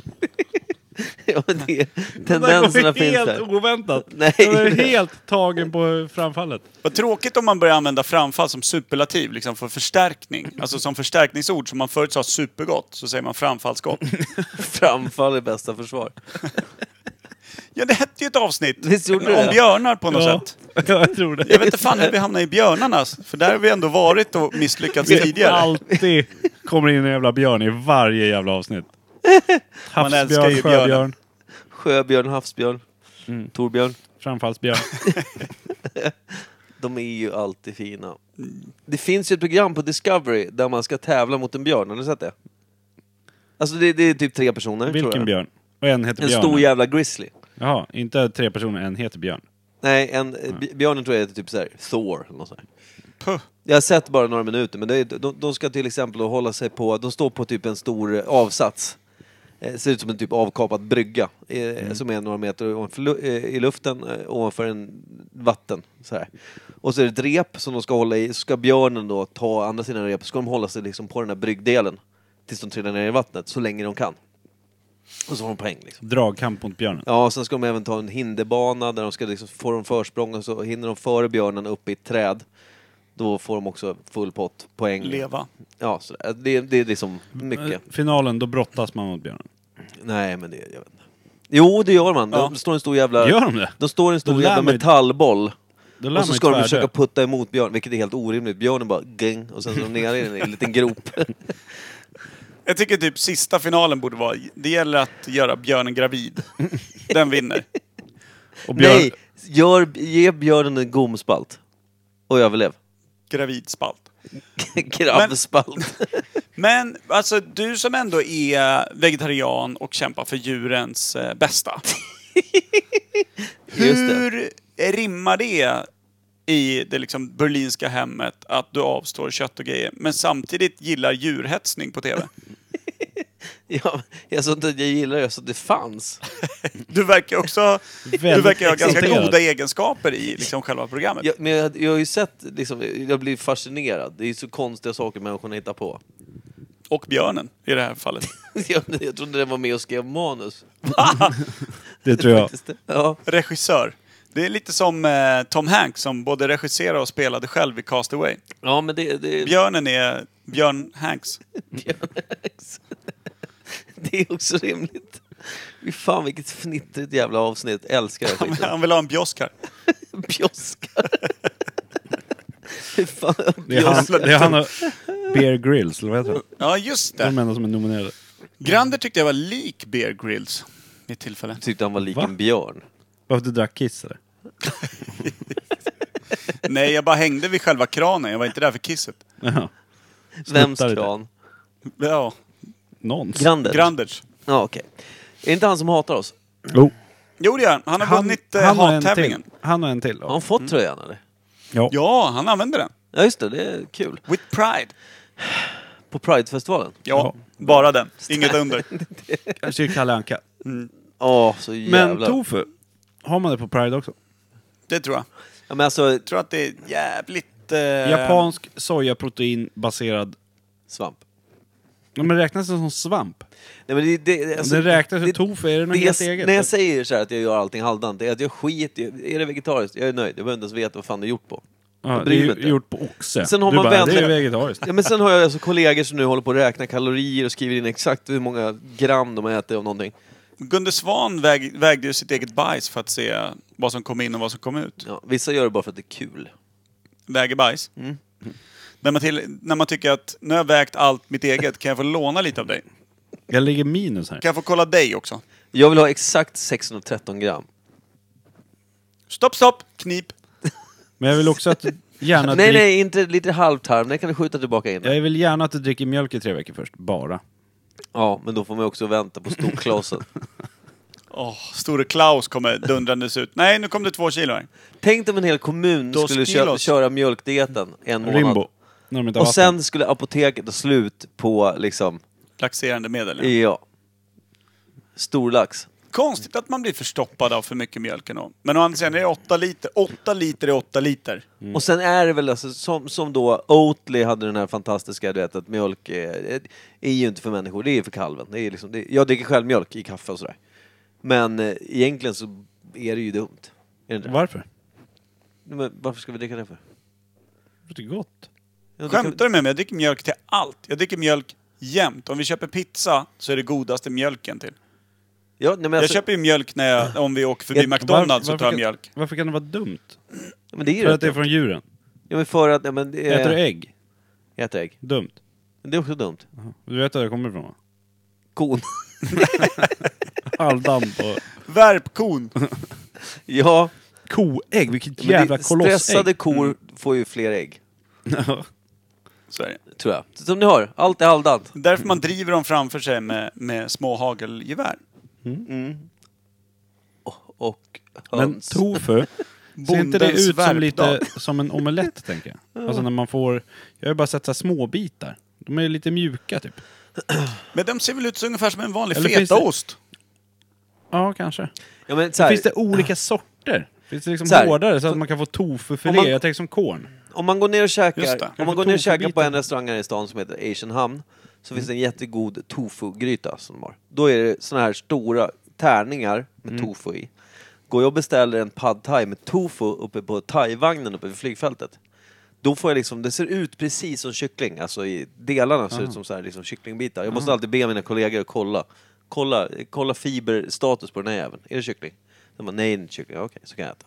Speaker 2: ja, men det... Tendenserna finns där.
Speaker 1: oväntat.
Speaker 2: Nej.
Speaker 1: Den är helt tagen på framfallet.
Speaker 3: Vad tråkigt om man börjar använda framfall som superlativ, liksom för förstärkning. Alltså som förstärkningsord, som man förut sa supergott, så säger man framfallsgott.
Speaker 2: Framfall är bästa försvar.
Speaker 3: Ja, det hette ju ett avsnitt!
Speaker 2: Visst gjorde det
Speaker 3: Om
Speaker 2: det?
Speaker 3: björnar på något
Speaker 1: Ja.
Speaker 3: sätt.
Speaker 1: ja, jag tror det.
Speaker 3: Jag vet inte fan hur vi hamnade i björnarna, för där har vi ändå varit och misslyckats tidigare.
Speaker 1: Alltid kommer in en jävla björn i varje jävla avsnitt.
Speaker 3: Man älskar
Speaker 1: Havsbjörn,
Speaker 3: ju björnen.
Speaker 1: sjöbjörn,
Speaker 2: Sjöbjörn, havsbjörn, Mm. torbjörn.
Speaker 1: framfallsbjörn.
Speaker 2: De är ju alltid fina. Det finns ju ett program på Discovery där man ska tävla mot en björn. Har ni sett det? Alltså det, det är typ tre personer. tror
Speaker 1: Vilken
Speaker 2: jag.
Speaker 1: björn? Och en heter
Speaker 2: En
Speaker 1: björn.
Speaker 2: stor jävla grizzly.
Speaker 1: Jaha, inte tre personer, en heter björn.
Speaker 2: Nej, en, eh, bj- björnen tror jag heter typ såhär Thor eller något sånt. Jag har sett bara några minuter, men det är, de, de ska till exempel då hålla sig på, de står på typ en stor eh, avsats. Eh, ser ut som en typ avkapad brygga eh, som är några meter ovanför, lu- eh, i luften eh, ovanför en vatten. Så här. Och så är det ett rep som de ska hålla i, så ska björnen då ta andra sidan repet, så ska de hålla sig liksom på den här bryggdelen tills de trillar ner i vattnet, så länge de kan. Och så får de poäng liksom.
Speaker 1: Dragkamp mot björnen.
Speaker 2: Ja, och sen ska de även ta en hinderbana där de ska liksom få de försprång och så hinner de före björnen upp i ett träd. Då får de också full pott, poäng.
Speaker 3: Leva.
Speaker 2: Ja, så där. det, det är liksom mycket.
Speaker 1: Eh, Finalen, då brottas man mot björnen.
Speaker 2: Nej, men det... Jag vet inte. Jo, det gör man. De
Speaker 3: Ja.
Speaker 2: står en stor jävla...
Speaker 1: Gör de det?
Speaker 2: De står en
Speaker 1: Då
Speaker 2: stor
Speaker 1: lär
Speaker 2: jävla
Speaker 1: man ju-
Speaker 2: metallboll.
Speaker 1: Då man
Speaker 2: Och så
Speaker 1: ju
Speaker 2: ska de
Speaker 1: tvärdö.
Speaker 2: försöka putta emot björnen, vilket är helt orimligt. Björnen bara gäng och sen så är de nere i den i en liten grop.
Speaker 3: Jag tycker typ sista finalen borde vara, det gäller att göra björnen gravid. Den vinner.
Speaker 1: Och björn...
Speaker 2: Nej! Gör, ge björnen en gomspalt. Och överlev.
Speaker 3: Gravid spalt.
Speaker 2: Grabbspalt.
Speaker 3: Men alltså du som ändå är vegetarian och kämpar för djurens eh, bästa.
Speaker 2: Just det.
Speaker 3: Hur rimmar det i det liksom berlinska hemmet att du avstår kött och grejer men samtidigt gillar djurhetsning på TV?
Speaker 2: Ja, jag sa inte att jag gillar det, jag sa att det fanns.
Speaker 3: Du verkar också du verkar ha ganska
Speaker 1: exalterad.
Speaker 3: goda egenskaper i liksom själva programmet.
Speaker 2: Jag, men jag, jag har ju sett, liksom, jag blir fascinerad. Det är ju så konstiga saker människorna hittar på.
Speaker 3: Och björnen i det här fallet.
Speaker 2: Jag, jag trodde den var med och skrev manus.
Speaker 1: Det tror jag.
Speaker 2: Faktiskt. Ja.
Speaker 3: Regissör. Det är lite som eh, Tom Hanks som både regisserade och spelade själv i Castaway.
Speaker 2: ja, men det, det,
Speaker 3: Björnen är Björn Hanks.
Speaker 2: det är också rimligt. Fy fan vilket fnittrigt jävla avsnitt. Älskar det
Speaker 3: Han,
Speaker 2: skiten.
Speaker 3: han vill ha en bioskar.
Speaker 2: Bjoskar. Fy fan,
Speaker 1: Det är han,
Speaker 2: bjoskar.
Speaker 1: det är han och Bear Grylls, eller vad heter han?
Speaker 3: Ja, just
Speaker 1: Det är
Speaker 3: det.
Speaker 1: de enda som är nominerade.
Speaker 3: Grander tyckte jag var lik Bear Grylls vid ett tillfälle.
Speaker 2: Tyckte han var lik
Speaker 1: Va?
Speaker 2: en björn.
Speaker 1: Varför du drack Kiss eller?
Speaker 3: Nej, jag bara hängde vid själva kranen. Jag var inte där för kisset.
Speaker 1: Jaha.
Speaker 2: Vems
Speaker 1: lite.
Speaker 2: kran?
Speaker 3: Ja,
Speaker 1: Någons.
Speaker 2: Granders?
Speaker 3: Granders.
Speaker 2: Ja, okej. Är det inte han som hatar oss?
Speaker 1: Jo.
Speaker 3: Jo, det gör han. Han har vunnit eh,
Speaker 1: och en
Speaker 3: hattävlingen.
Speaker 1: till. Han och en till.
Speaker 2: Har han fått tröjan eller?
Speaker 1: Ja.
Speaker 3: Ja, han använder den.
Speaker 2: Ja, just det. Det är kul.
Speaker 3: With pride.
Speaker 2: På Pridefestivalen.
Speaker 3: Ja, bara den. Inget under.
Speaker 1: Kanske Kalle Anka.
Speaker 2: Ja, så
Speaker 1: Men
Speaker 2: jävla...
Speaker 1: tofu, har man det på Pride också?
Speaker 3: Det tror jag.
Speaker 2: ja, men alltså,
Speaker 3: Jag tror att det är jävligt... Eh,
Speaker 1: Japansk sojaproteinbaserad...
Speaker 2: svamp.
Speaker 1: Ja, men räknas det som svamp?
Speaker 2: Nej, men det, det, det- alltså,
Speaker 1: det räknas som tofu, är det något
Speaker 2: det
Speaker 1: helt
Speaker 2: jag-
Speaker 1: eget?
Speaker 2: När jag säger så här att jag gör allting halvdant, det är att jag skiter i- Är det vegetariskt? Jag är nöjd. Jag behöver inte ens veta vad fan det är gjort på.
Speaker 1: ja,
Speaker 2: jag
Speaker 1: det är
Speaker 2: bryr mig
Speaker 1: ju
Speaker 2: inte.
Speaker 1: gjort på oxe.
Speaker 2: Sen har
Speaker 1: du
Speaker 2: man
Speaker 1: bara, det
Speaker 2: vänliga-
Speaker 1: är vegetariskt.
Speaker 2: Ja, men sen har jag alltså kollegor som nu håller på att räkna kalorier och skriver in exakt hur många gram de äter av någonting.
Speaker 3: Gunde Svan väg, vägde ju sitt eget bajs för att se vad som kom in och vad som kom ut.
Speaker 2: Ja, vissa gör det bara för att det är kul.
Speaker 3: Väger bajs. När, man till, när man tycker att nu har jag vägt allt mitt eget, kan jag få låna lite av dig?
Speaker 1: Jag ligger minus här.
Speaker 3: Kan jag få kolla dig också?
Speaker 2: Jag vill ha exakt 613 gram.
Speaker 3: Stopp, stopp! Knip!
Speaker 1: Men jag vill också att du gärna
Speaker 2: nej,
Speaker 1: drick-
Speaker 2: nej, inte lite halvtarm. Det kan du skjuta tillbaka in.
Speaker 1: Jag vill gärna att du dricker mjölk i tre veckor först, bara.
Speaker 2: Ja, men då får man ju också vänta på storklausen.
Speaker 3: Åh, store Klaus kommer dundrandes ut. Nej, nu kom det två kilo här.
Speaker 2: Tänk om en hel kommun
Speaker 3: Dos
Speaker 2: skulle kö
Speaker 3: kilos.
Speaker 2: köra mjölkdieten en månad.
Speaker 1: Rimbo. När de inte har
Speaker 2: Och
Speaker 1: vatten.
Speaker 2: sen skulle apoteket ta slut på liksom,
Speaker 3: Laxerande medel. ja.
Speaker 2: ja. Storlax.
Speaker 3: Konstigt att man blir förstoppad av för mycket mjölk ändå. Men å andra sidan är det åtta liter. Åtta liter är åtta liter.
Speaker 2: Och sen är det väl alltså, som, som då Oatly hade den här fantastiska, du vet att mjölk är, är ju inte för människor, det är för kalven. Det är liksom, det, jag dricker själv mjölk i kaffe och sådär. Men eh, egentligen så är det ju dumt. Är det inte det?
Speaker 1: Varför?
Speaker 2: Men varför ska vi dricka det för?
Speaker 1: Det är gott.
Speaker 2: Ja, det kan-
Speaker 3: Skämtar du med mig? Jag dricker mjölk till allt. Jag dricker mjölk jämt. Om vi köper pizza så är det godaste mjölken till.
Speaker 2: Ja, nej, men
Speaker 3: Jag
Speaker 2: alltså-
Speaker 3: köper ju mjölk när jag, om vi åker förbi
Speaker 2: Var-
Speaker 3: McDonalds
Speaker 1: varför
Speaker 3: och tar
Speaker 1: kan-
Speaker 3: jag mjölk.
Speaker 1: Varför kan det vara dumt?
Speaker 2: Ja, men det är ju
Speaker 1: För att det är
Speaker 2: rätt
Speaker 1: från
Speaker 2: dumt.
Speaker 1: djuren.
Speaker 2: Ja, men för att... Ja, men det är,
Speaker 1: Äter du ägg?
Speaker 2: Jag äter ägg.
Speaker 1: Dumt.
Speaker 2: Men Det är också dumt.
Speaker 1: Du vet var jag kommer ifrån va?
Speaker 2: Kon.
Speaker 1: Halvdamm på...
Speaker 3: Värpkon!
Speaker 2: ja,
Speaker 1: Koägg, vilket
Speaker 2: men
Speaker 1: jävla Mm.
Speaker 2: det, stressade
Speaker 1: kolossägg.
Speaker 2: kor får ju fler ägg.
Speaker 3: Så är det.
Speaker 2: Tror jag. Som ni hör, allt är halvdant.
Speaker 3: Det är Därför man driver dem framför sig med, med små hagelgevär.
Speaker 2: Och
Speaker 1: Men
Speaker 2: höns.
Speaker 1: tofu, ser inte det
Speaker 3: Bondens
Speaker 1: ut som lite
Speaker 3: värpdag.
Speaker 1: som en omelett tänker jag? Alltså när man får... Jag har ju bara sett så här små bitar. De är lite mjuka typ.
Speaker 3: Men de ser väl ut så ungefär som en vanlig
Speaker 1: Eller finns det-
Speaker 3: fetaost?
Speaker 1: Ja, kanske.
Speaker 2: ja, men, så här,
Speaker 1: Finns det olika sorter? Finns det liksom
Speaker 2: Så här.
Speaker 1: hårdare så att man kan få tofufilé?
Speaker 2: Om man-
Speaker 1: Jag tänker som korn.
Speaker 2: Om man går ner och
Speaker 3: Just
Speaker 2: käkar,
Speaker 3: det.
Speaker 2: om man
Speaker 1: Kanske
Speaker 2: går ner och käkar på
Speaker 1: tofubitar.
Speaker 2: en restaurang här i stan som heter Asian Hamn så finns det
Speaker 3: Mm.
Speaker 2: en jättegod tofu-gryta som de har. Då är det såna här stora tärningar med
Speaker 3: Mm.
Speaker 2: tofu i. Går jag och beställer en pad thai med tofu uppe på thai-vagnen uppe vid flygfältet. Då får jag liksom, det ser ut precis som kyckling, alltså i delarna ser ut som så här, liksom kycklingbitar. Jag måste alltid be mina kollegor att kolla. Kolla, kolla fiberstatus på den här jäveln. Är det kyckling? De bara, nej det är inte kyckling. Ja, Okej, så kan jag äta.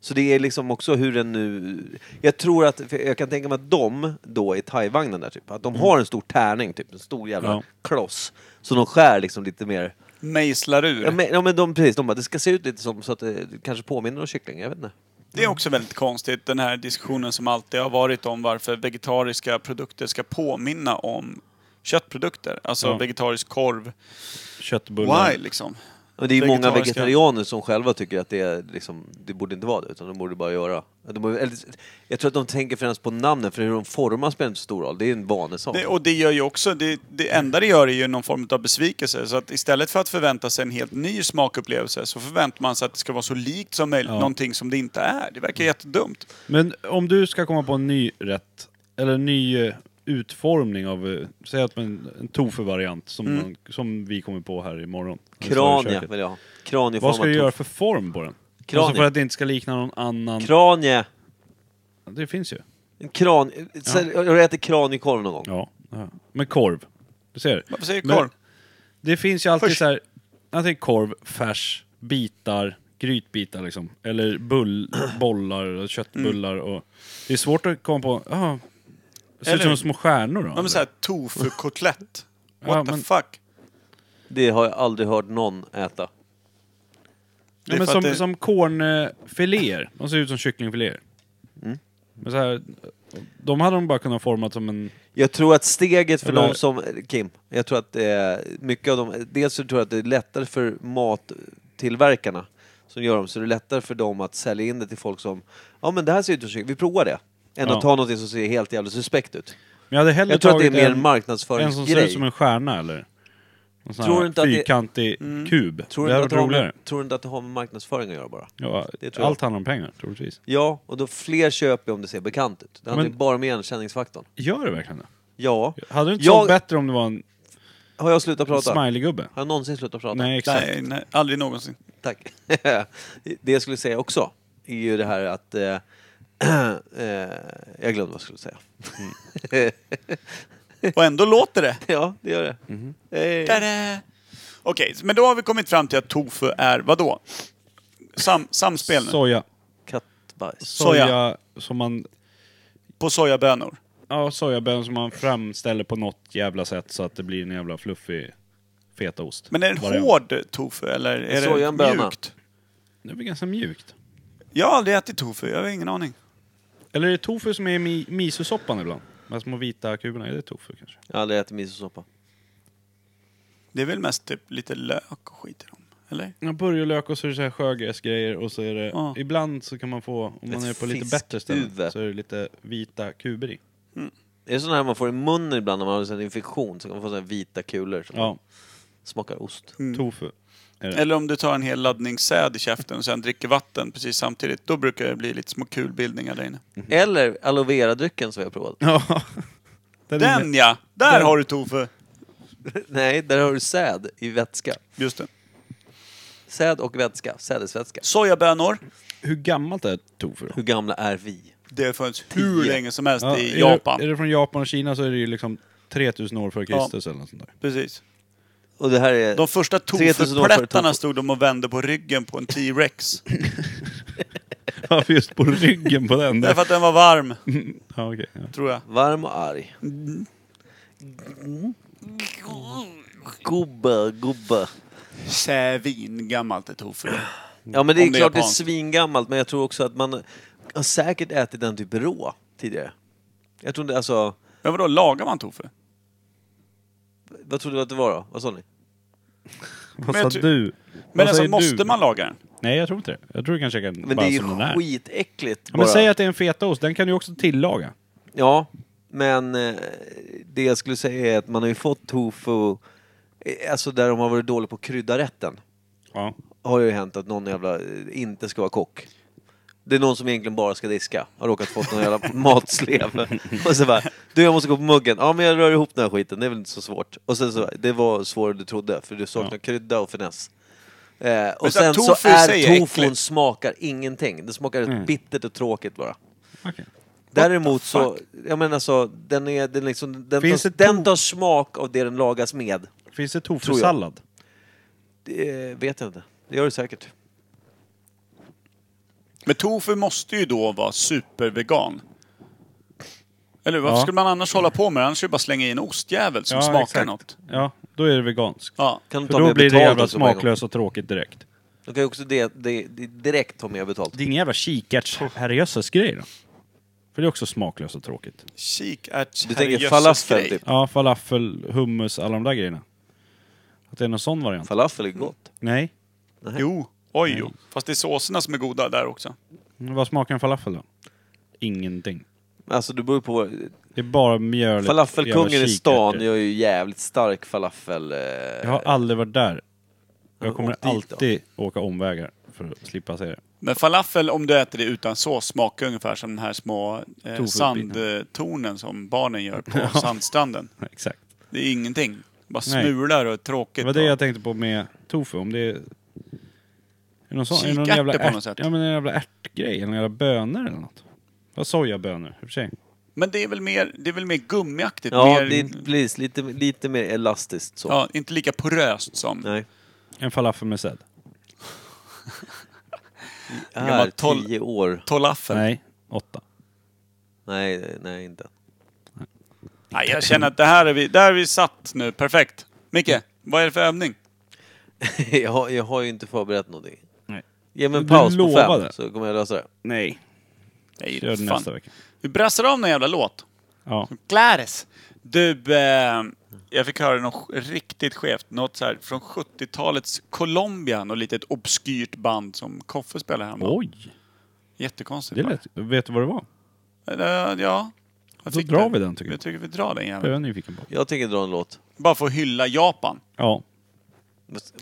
Speaker 2: Så det är liksom också hur den nu... Jag tror att, för jag kan tänka mig att de då i thai-vagnen där typ, att de har en stor tärning typ, en stor jävla
Speaker 1: Mm. Ja.
Speaker 2: kloss. Så de skär liksom lite mer...
Speaker 3: Mejslar ur.
Speaker 2: Ja men, ja, men de, precis, de bara, det ska se ut lite som så att det kanske påminner om kyckling, jag vet inte.
Speaker 3: Det är också väldigt konstigt, den här diskussionen som alltid har varit om varför vegetariska produkter ska påminna om köttprodukter. Alltså
Speaker 1: Ja.
Speaker 3: vegetarisk korv.
Speaker 1: Köttbullar.
Speaker 3: Why liksom?
Speaker 2: Och det är ju många
Speaker 3: Vegetariska.
Speaker 2: vegetarianer som själva tycker att det, är liksom, det borde inte vara det, utan de borde bara göra... De, borde- eller, jag tror att de tänker främst på namnen, för hur de formar spelar inte så stor roll. Det är en vanesak.
Speaker 3: Det, och det gör ju också, det, det enda det gör är ju någon form av besvikelse. Så att istället för att förvänta sig en helt ny smakupplevelse så förväntar man sig att det ska vara så likt som möjligt
Speaker 1: Ja.
Speaker 3: någonting som det inte är. Det verkar jättedumt.
Speaker 1: Men om du ska komma på en ny rätt, eller en ny eh, utformning av, eh, säg att man, en tofu-variant som,
Speaker 2: Mm.
Speaker 1: man, som vi kommer på här imorgon. när vi står i
Speaker 2: Krania
Speaker 1: köket.
Speaker 2: vill jag ha. Kranieformat
Speaker 1: Vad ska du göra
Speaker 2: tofu.
Speaker 1: för form på den?
Speaker 2: Kranie.
Speaker 1: Alltså för att det inte ska likna någon annan.
Speaker 2: Kranie!
Speaker 1: det finns ju.
Speaker 2: En kran... Ja. Har du ätit kraniekorv någon gång?
Speaker 1: Ja. ja. Men korv. Du ser.
Speaker 3: Varför säger
Speaker 1: Men-
Speaker 3: korv?
Speaker 1: Det finns ju alltid
Speaker 3: Först-
Speaker 1: så här, antingen korv, färs, bitar, grytbitar liksom. Eller bull, bollar, och köttbullar
Speaker 2: Mm.
Speaker 1: och... Det är svårt att komma på, ja. Det ser ut
Speaker 3: Eller-
Speaker 1: som små stjärnor då.
Speaker 3: Ja, men såhär tofu-kotlett. What
Speaker 1: Ja,
Speaker 3: the
Speaker 1: men-
Speaker 3: fuck?
Speaker 2: Det har jag aldrig hört någon äta.
Speaker 3: Det
Speaker 1: Ja,
Speaker 3: är
Speaker 1: men
Speaker 3: för
Speaker 1: som,
Speaker 3: att det-
Speaker 1: som kornfiléer. De ser ut som kycklingfiléer.
Speaker 2: Mm.
Speaker 1: Men så här, de hade de bara kunnat forma som en...
Speaker 2: Jag tror att steget för
Speaker 1: Eller-
Speaker 2: de som... Kim, jag tror att eh, mycket av dem... Dels så tror jag att det är lättare för mattillverkarna som gör dem, så det är lättare för dem att sälja in det till folk som... Ja men det här ser ut som kyckling, vi provar det. Än
Speaker 1: Ja.
Speaker 2: att ta någonting som ser helt jävla suspekt ut.
Speaker 1: Men jag hade hellre
Speaker 2: Jag tror att det är
Speaker 1: tagit
Speaker 2: mer en
Speaker 1: en som ser ut
Speaker 2: marknadsföringsgrej.
Speaker 1: som en stjärna eller... En sån tror
Speaker 2: Tror du
Speaker 1: här
Speaker 2: inte att det- Mm.
Speaker 1: fyrkantig kub.
Speaker 2: Tror
Speaker 1: det
Speaker 2: du,
Speaker 1: hade
Speaker 2: inte att
Speaker 1: varit
Speaker 2: det har
Speaker 1: roligare.
Speaker 2: med, tror du inte att det har med marknadsföring att göra bara?
Speaker 1: Ja,
Speaker 2: det tror jag.
Speaker 1: allt handlar om pengar, troligtvis.
Speaker 2: Ja, och då fler köper om det ser bekant ut. Det handlar
Speaker 1: Men-
Speaker 2: ju bara om igenkänningsfaktorn.
Speaker 1: Gör det verkligen det?
Speaker 2: Ja.
Speaker 1: Hade det inte
Speaker 2: Jag-
Speaker 1: varit bättre om det var en
Speaker 2: Har jag slutat prata?
Speaker 1: smileygubbe?
Speaker 2: Har jag någonsin slutat prata?
Speaker 1: Nej, exakt.
Speaker 3: Nej, nej, aldrig någonsin.
Speaker 2: Tack. det jag skulle säga också är ju det här att... Eh, eh, jag glömde vad jag skulle säga.
Speaker 3: Och ändå låter det.
Speaker 2: ja, det gör det.
Speaker 1: Mhm.
Speaker 2: Eh,
Speaker 3: Tada! Okej, men då har vi kommit fram till att tofu är vadå? Sam, samspel nu?
Speaker 1: Soja.
Speaker 2: kattbajs.
Speaker 1: Soja.
Speaker 3: Soja.
Speaker 1: som man...
Speaker 3: På sojabönor?
Speaker 1: Ja, sojabönor som man framställer på något jävla sätt så att det blir en jävla fluffig fetaost.
Speaker 3: Men är det en
Speaker 1: Variant.
Speaker 3: hård tofu eller är
Speaker 2: Soja, en
Speaker 3: det
Speaker 2: böna.
Speaker 3: mjukt?
Speaker 1: Det blir ganska mjukt.
Speaker 3: Jag har aldrig ätit tofu, jag har ingen aning.
Speaker 1: Eller är det tofu som är i mi- misosoppan ibland? De här små vita kuberna, är det tofu kanske?
Speaker 2: Jag har aldrig ätit misosoppa.
Speaker 3: Det är väl mest typ lite lök och skit i dem? Eller?
Speaker 1: Ja, Burjolök och så är det så här sjögräsgrejer och så är det...
Speaker 3: Ja.
Speaker 1: Ibland så kan man få, om man
Speaker 2: Ett
Speaker 1: är på lite
Speaker 2: fiskhuvud.
Speaker 1: bättre ställen, så är det lite vita kuber i.
Speaker 2: Är det sådana här man får i munnen ibland när man har en sån här infektion? Så kan man få sådana här vita kulor som
Speaker 1: Ja,
Speaker 2: smakar ost.
Speaker 3: Mm.
Speaker 1: tofu. Ja.
Speaker 3: Eller om du tar en hel laddning säd i käften och sen dricker vatten precis samtidigt. Då brukar det bli lite små kulbildningar där inne.
Speaker 1: Mhm.
Speaker 2: Eller aloe vera-drycken som jag har provat.
Speaker 1: Ja. Den är
Speaker 3: Den ja! Där har du tofu!
Speaker 2: Nej, där har du säd i vätska.
Speaker 3: Just det.
Speaker 2: Säd och vätska. Sädesvätska.
Speaker 3: Sojabönor.
Speaker 1: Hur gammalt är tofu då?
Speaker 2: Hur gamla är vi?
Speaker 3: Det funnits hur
Speaker 2: Tio.
Speaker 3: länge som helst
Speaker 1: Ja,
Speaker 3: i
Speaker 1: är,
Speaker 3: Japan.
Speaker 1: Det, är det från Japan och Kina så är det ju liksom 3000 år före
Speaker 3: Ja.
Speaker 1: Kristus eller något sånt där.
Speaker 3: Precis.
Speaker 2: Och det här är...
Speaker 3: De första
Speaker 2: 3000 år före
Speaker 3: tofuplättarna
Speaker 2: tofu.
Speaker 3: stod de och vände på ryggen på en T-Rex.
Speaker 1: Varför just på ryggen på den?
Speaker 3: Därför att den var varm,
Speaker 1: Mm. Ja, okej. ja.
Speaker 3: tror jag.
Speaker 2: Varm och arg. Gubbe, gubbe.
Speaker 3: Sävin, gammalt är tofu.
Speaker 2: Ja men det är
Speaker 3: Om det är
Speaker 2: klart det är
Speaker 3: japanskt.
Speaker 2: svingammalt men jag tror också att man har säkert ätit den typ rå tidigare. Jag tror inte, alltså,
Speaker 3: Men vadå, lagar man tofu?
Speaker 2: vad trodde du att det var då? Vad sa ni?
Speaker 1: Vad
Speaker 3: jag
Speaker 1: sa
Speaker 3: ty-
Speaker 1: du?
Speaker 3: Men
Speaker 1: Vad
Speaker 3: alltså
Speaker 1: säger
Speaker 3: måste
Speaker 1: du?
Speaker 3: man laga den?
Speaker 1: Nej, jag tror inte det. Jag tror du kan käka den
Speaker 2: Men
Speaker 1: bara
Speaker 2: det är ju
Speaker 1: som den är.
Speaker 2: skitäckligt
Speaker 1: Ja,
Speaker 2: bara.
Speaker 1: men säg att det är en fetaost, den kan du ju också tillaga.
Speaker 2: Ja, men eh, det jag skulle säga är att man har ju fått tofu, eh, alltså där de har varit dåliga på att krydda rätten.
Speaker 1: Ja.
Speaker 2: Har ju hänt att någon jävla eh, inte ska vara kock. Det är någon som egentligen bara ska diska, har råkat fått någon jävla matsleve. Och så bara, du jag måste gå på muggen. Ja men jag rör ihop den här skiten, det är väl inte så svårt. Och sen så, bara, det var svårare än du trodde för du saknar krydda och finess. Eh, och
Speaker 3: så här,
Speaker 2: sen så
Speaker 3: tofu i sig är
Speaker 2: är tofun
Speaker 3: äckligt.
Speaker 2: smakar ingenting. Det smakar
Speaker 1: Mm.
Speaker 2: bittert och tråkigt bara.
Speaker 1: Okej.
Speaker 2: Däremot så, jag menar så, den är, den liksom, den,
Speaker 1: Finns
Speaker 2: tar,
Speaker 1: det to-
Speaker 2: den tar smak av det den lagas med.
Speaker 1: Finns det
Speaker 2: Tror jag.
Speaker 1: tofusallad?
Speaker 2: Det eh, vet jag inte. Det gör det säkert.
Speaker 3: Men tofu måste ju då vara supervegan. Eller varför
Speaker 1: Ja.
Speaker 3: skulle man annars hålla på med det? Annars är det bara slänga i en ostjävel som
Speaker 1: Ja,
Speaker 3: smakar
Speaker 1: exakt.
Speaker 3: något.
Speaker 1: Ja, då är det veganskt.
Speaker 3: Ja.
Speaker 2: Kan de
Speaker 1: För
Speaker 2: ta
Speaker 1: då
Speaker 2: med
Speaker 1: blir det
Speaker 2: betalt
Speaker 1: jävla
Speaker 2: också på en gång?
Speaker 1: smaklöst och tråkigt direkt.
Speaker 2: De kan ju också det, det, det direkt ta med betalt.
Speaker 1: Det är ingen jävla kikärts-herrejösses-grej då? För det är också smaklöst och tråkigt.
Speaker 3: Kikärts
Speaker 2: Du tänker falafel typ?
Speaker 1: Ja, falafel, hummus, alla de där grejerna. Att det är någon sån variant?
Speaker 2: Falafel är gott.
Speaker 1: Nej.
Speaker 3: Jo. Oj, jo.
Speaker 2: Mm.
Speaker 3: Fast det är såserna som är goda där också.
Speaker 1: Vad smakar en falafel då? Ingenting.
Speaker 2: Alltså du beror på... vad-
Speaker 1: Det är bara mjöl.
Speaker 2: Falafelkungen
Speaker 1: jävla
Speaker 2: i stan
Speaker 1: kikärtor.
Speaker 2: gör ju jävligt stark falafel... eh,
Speaker 1: Jag har aldrig varit där.
Speaker 2: men
Speaker 1: Jag kommer
Speaker 2: åk dit då.
Speaker 1: alltid åka omvägar för att slippa se det.
Speaker 3: Men falafel, om du äter det utan sås, smakar ungefär som de här små eh,
Speaker 1: Tofubitarna.
Speaker 3: sandtornen som barnen gör på sandstranden.
Speaker 1: Exakt.
Speaker 3: Det är ingenting. Bara
Speaker 1: Nej.
Speaker 3: smular och är tråkigt.
Speaker 1: Det var det jag
Speaker 3: och-
Speaker 1: tänkte på med tofu. Om det är... Är det någon sån? Är det någon
Speaker 3: Kikärtor
Speaker 1: jävla
Speaker 3: på något
Speaker 1: ärt-
Speaker 3: sätt.
Speaker 1: Ja men en jävla ärtgrej. Eller jävla bönor eller något. Ja, sojabönor i och för sig.
Speaker 3: Men det är väl mer, det är väl mer gummiaktigt?
Speaker 2: Ja,
Speaker 3: mer,
Speaker 2: det är precis, lite, lite mer elastiskt så.
Speaker 3: ja, inte lika poröst som
Speaker 2: Nej.
Speaker 1: En falafel med säd.
Speaker 2: Här,
Speaker 3: gammal tolv-
Speaker 2: tio år.
Speaker 3: tolafel. Nej.
Speaker 1: Nej, åtta.
Speaker 2: Nej, nej inte.
Speaker 3: jag känner att det här är vi, där är vi satt nu. Perfekt.
Speaker 1: Mm.
Speaker 3: Micke, vad är det för övning?
Speaker 2: jag, har, jag har ju inte förberett någonting.
Speaker 1: Nej.
Speaker 2: Ge mig en
Speaker 1: Du
Speaker 2: paus på fem
Speaker 1: lovade.
Speaker 2: så kommer jag lösa det.
Speaker 1: Nej.
Speaker 3: Nej,
Speaker 1: Kör
Speaker 3: fan.
Speaker 1: nästa vecka.
Speaker 3: Vi brassar av någon jävla låt.
Speaker 1: Ja.
Speaker 3: Clares. Du, eh, jag fick höra något sk- riktigt skevt. Något så här från 70-talets Colombia. Något litet obskyrt band som Koffe spelade häromdagen.
Speaker 1: Oj!
Speaker 3: Jättekonstigt.
Speaker 1: Det
Speaker 3: bara.
Speaker 1: lät... Vet du vad det var?
Speaker 3: Eh, ja. Jag
Speaker 1: Då
Speaker 3: fick
Speaker 1: drar vi den, tycker jag.
Speaker 3: Jag tycker vi drar den
Speaker 1: Det är
Speaker 3: gärna.
Speaker 1: jag nyfiken på.
Speaker 2: Jag tänker dra en låt.
Speaker 3: Bara för att hylla Japan.
Speaker 1: Ja.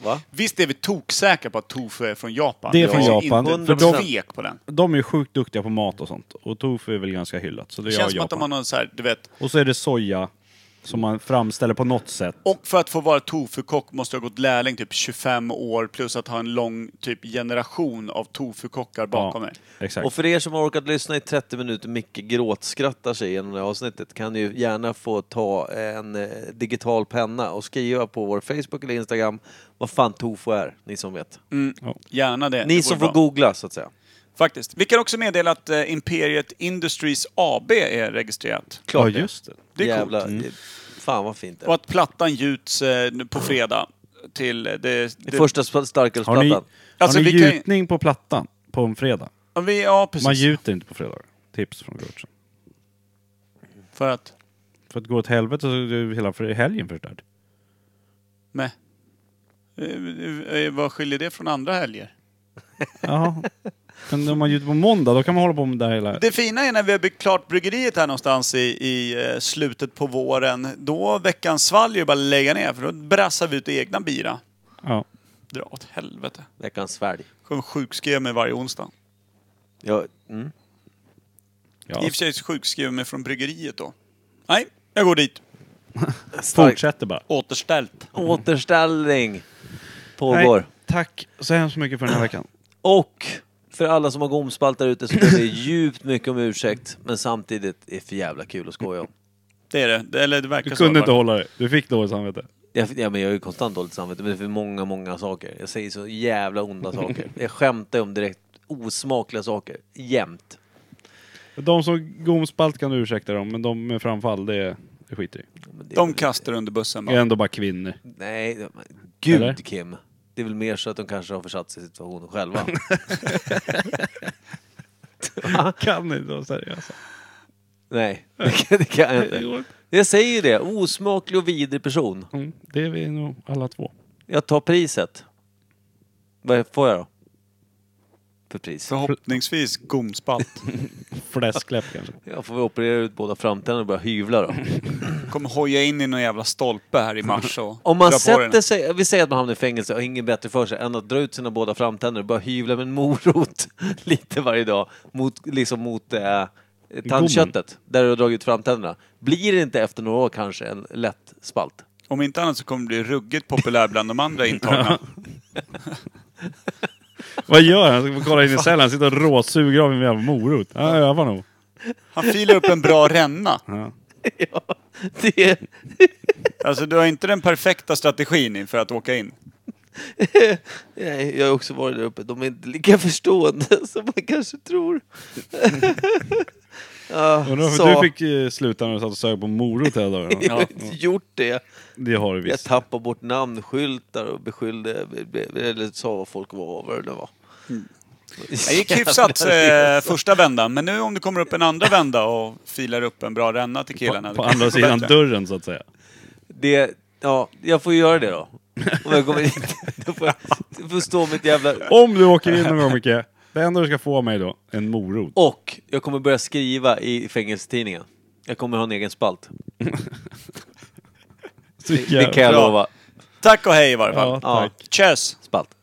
Speaker 2: Va?
Speaker 3: Visst är vi toksäkra på att tofu är från Japan?
Speaker 1: Det är från
Speaker 3: finns
Speaker 1: Japan.
Speaker 3: Inte
Speaker 2: För de-
Speaker 3: tvek på den.
Speaker 1: De är ju sjukt duktiga på mat och sånt. Och tofu är väl ganska hyllat. Så det
Speaker 3: Det
Speaker 1: gör
Speaker 3: känns som att
Speaker 1: Japan.
Speaker 3: de har någon så här, du vet.
Speaker 1: Och så är det soja. Som man framställer på något sätt.
Speaker 3: Och för att få vara tofukock måste jag ha gått lärling typ 25 år plus att ha en lång typ generation av tofukockar bakom mig.
Speaker 1: Exakt.
Speaker 2: Och för er som har orkat lyssna i 30 minuter Micke gråtskrattar sig genom det här avsnittet kan ni ju gärna få ta en eh, digital penna och skriva på vår Facebook eller Instagram vad fan tofu är, ni som vet.
Speaker 3: Gärna det. Mm.
Speaker 2: Ni
Speaker 3: det vore
Speaker 2: som
Speaker 3: bra.
Speaker 2: får googla så att säga.
Speaker 3: Faktiskt. Vi kan också meddela att eh, Imperiet Industries AB är registrerat.
Speaker 1: ja, just det.
Speaker 3: Det är
Speaker 2: Jävla,
Speaker 3: coolt. Mm.
Speaker 2: eh, Fan vad fint det
Speaker 3: Och
Speaker 2: är.
Speaker 3: att plattan gjuts eh, nu på fredag till eh, det...
Speaker 2: Det
Speaker 3: det
Speaker 2: första sp-
Speaker 1: Har ni,
Speaker 2: starkölsplattan.
Speaker 3: Alltså,
Speaker 1: har ni
Speaker 3: vi kan ju-
Speaker 1: gjutning på plattan på en fredag?
Speaker 3: Ja, vi, ja, precis.
Speaker 1: Man gjuter inte på fredagar. Tips från coachen.
Speaker 3: För att...
Speaker 1: För att gå åt helvete så är ju hela för- helgen förstörd.
Speaker 3: Nej. Eh, eh, Vad skiljer det från andra helger?
Speaker 1: Jaha. Men om man gjort på måndag, då kan man hålla på med det här hela...
Speaker 3: Det fina är när vi har byggt klart bryggeriet här någonstans i, i eh, slutet på våren. Då veckans svalg är ju bara att lägga ner för då brassar vi ut egna bira.
Speaker 1: Ja.
Speaker 3: Dra åt helvete.
Speaker 2: Veckans svärd.
Speaker 3: Kommer sjukskriva mig varje onsdag.
Speaker 2: Ja, mm.
Speaker 1: ja.
Speaker 3: I och för sig sjukskriver mig från bryggeriet då. Nej, jag går dit.
Speaker 1: Fortsätter bara.
Speaker 3: Återställt.
Speaker 2: Återställning pågår.
Speaker 8: Tack så hemskt mycket
Speaker 3: Ah.
Speaker 8: för den här veckan.
Speaker 2: Och för alla som har gomspalt där ute så ber vi djupt mycket om ursäkt. Men samtidigt är det för jävla kul att skoja om.
Speaker 3: Det är det. det. Eller det verkar
Speaker 1: Du
Speaker 3: så. i
Speaker 1: kunde
Speaker 3: alla
Speaker 1: inte
Speaker 3: fall.
Speaker 1: hålla dig. Du fick dåligt samvete.
Speaker 2: Jag, ja, men jag har ju konstant dåligt samvete, men det är för många, många saker. Jag säger så jävla onda saker. Jag skämtar om direkt osmakliga saker. Jämt.
Speaker 1: De som gomspalt kan du ursäkta dem, men de med framfall, det, det skiter i.
Speaker 2: Men det-
Speaker 3: De kastar under bussen
Speaker 1: Det är
Speaker 3: bara.
Speaker 1: ändå bara kvinnor.
Speaker 2: Nej, det- gud
Speaker 1: Eller?
Speaker 2: Kim. Det är väl mer så att de kanske har försatt sig i situationen själva.
Speaker 1: Kan inte vara seriösa.
Speaker 2: Nej, det kan- det kan jag inte. Jag säger ju det, osmaklig och vidrig person.
Speaker 1: Mm, det är vi nog alla två.
Speaker 2: Jag tar priset. Vad får jag då? För pris?
Speaker 3: Förhoppningsvis gomspalt.
Speaker 1: Fläskläpp kanske.
Speaker 2: Jag får väl operera ut båda framtänderna och börja hyvla då.
Speaker 3: Kommer hoja in i någon jävla stolpe här i mars och
Speaker 2: Om man
Speaker 3: dra på
Speaker 2: sätter
Speaker 3: den.
Speaker 2: sig, vi säger att man hamnar i fängelse och har inget bättre för sig än att dra ut sina båda framtänder och bara hyvla med en morot lite varje dag mot, liksom mot eh, tandköttet där du har dragit ut framtänderna. Blir det inte efter några år kanske en lätt spalt?
Speaker 3: Om inte annat så kommer det bli ruggigt populär bland de andra intagna.
Speaker 1: Vad gör han? Han ska kolla in i cellen, sitter och råsuger av en jävla morot. Han övar nog.
Speaker 3: Han filar upp en bra ränna.
Speaker 2: Det,
Speaker 3: Alltså du har inte den perfekta strategin inför att åka in.
Speaker 2: nej, jag har också varit där uppe, de är inte lika förstående som man kanske tror. ja,
Speaker 1: Undrar varför
Speaker 2: Ah, så.
Speaker 1: du fick eh, sluta när du satt och sög på morot hela dagen?
Speaker 2: Jag har inte gjort det.
Speaker 1: Det har du
Speaker 2: Jag
Speaker 1: visst.
Speaker 2: tappade bort namnskyltar och beskyllde, eller sa vad folk var och vad det nu var.
Speaker 3: Det gick hyfsat eh, första vändan, men nu om du kommer upp en andra vända och filar upp en bra ränna till killarna.
Speaker 1: På, på
Speaker 3: det kanske
Speaker 1: andra
Speaker 3: går
Speaker 1: sidan
Speaker 3: bättre.
Speaker 1: dörren så att säga.
Speaker 2: Det, ja, jag får göra det då. Om jag kommer hit. Då får jag då får jag stå mitt jävla...
Speaker 1: Om du åker in någon gång Micke, det enda du ska få av mig då, en morot.
Speaker 2: Och jag kommer börja skriva i fängelsetidningen. Jag kommer ha en egen spalt.
Speaker 1: Så
Speaker 2: Det kan jag
Speaker 3: Bra.
Speaker 2: lova.
Speaker 3: Tack och hej i varje fall.
Speaker 1: Ja, tack.
Speaker 2: Ja.
Speaker 3: Tjus!
Speaker 2: Spalt.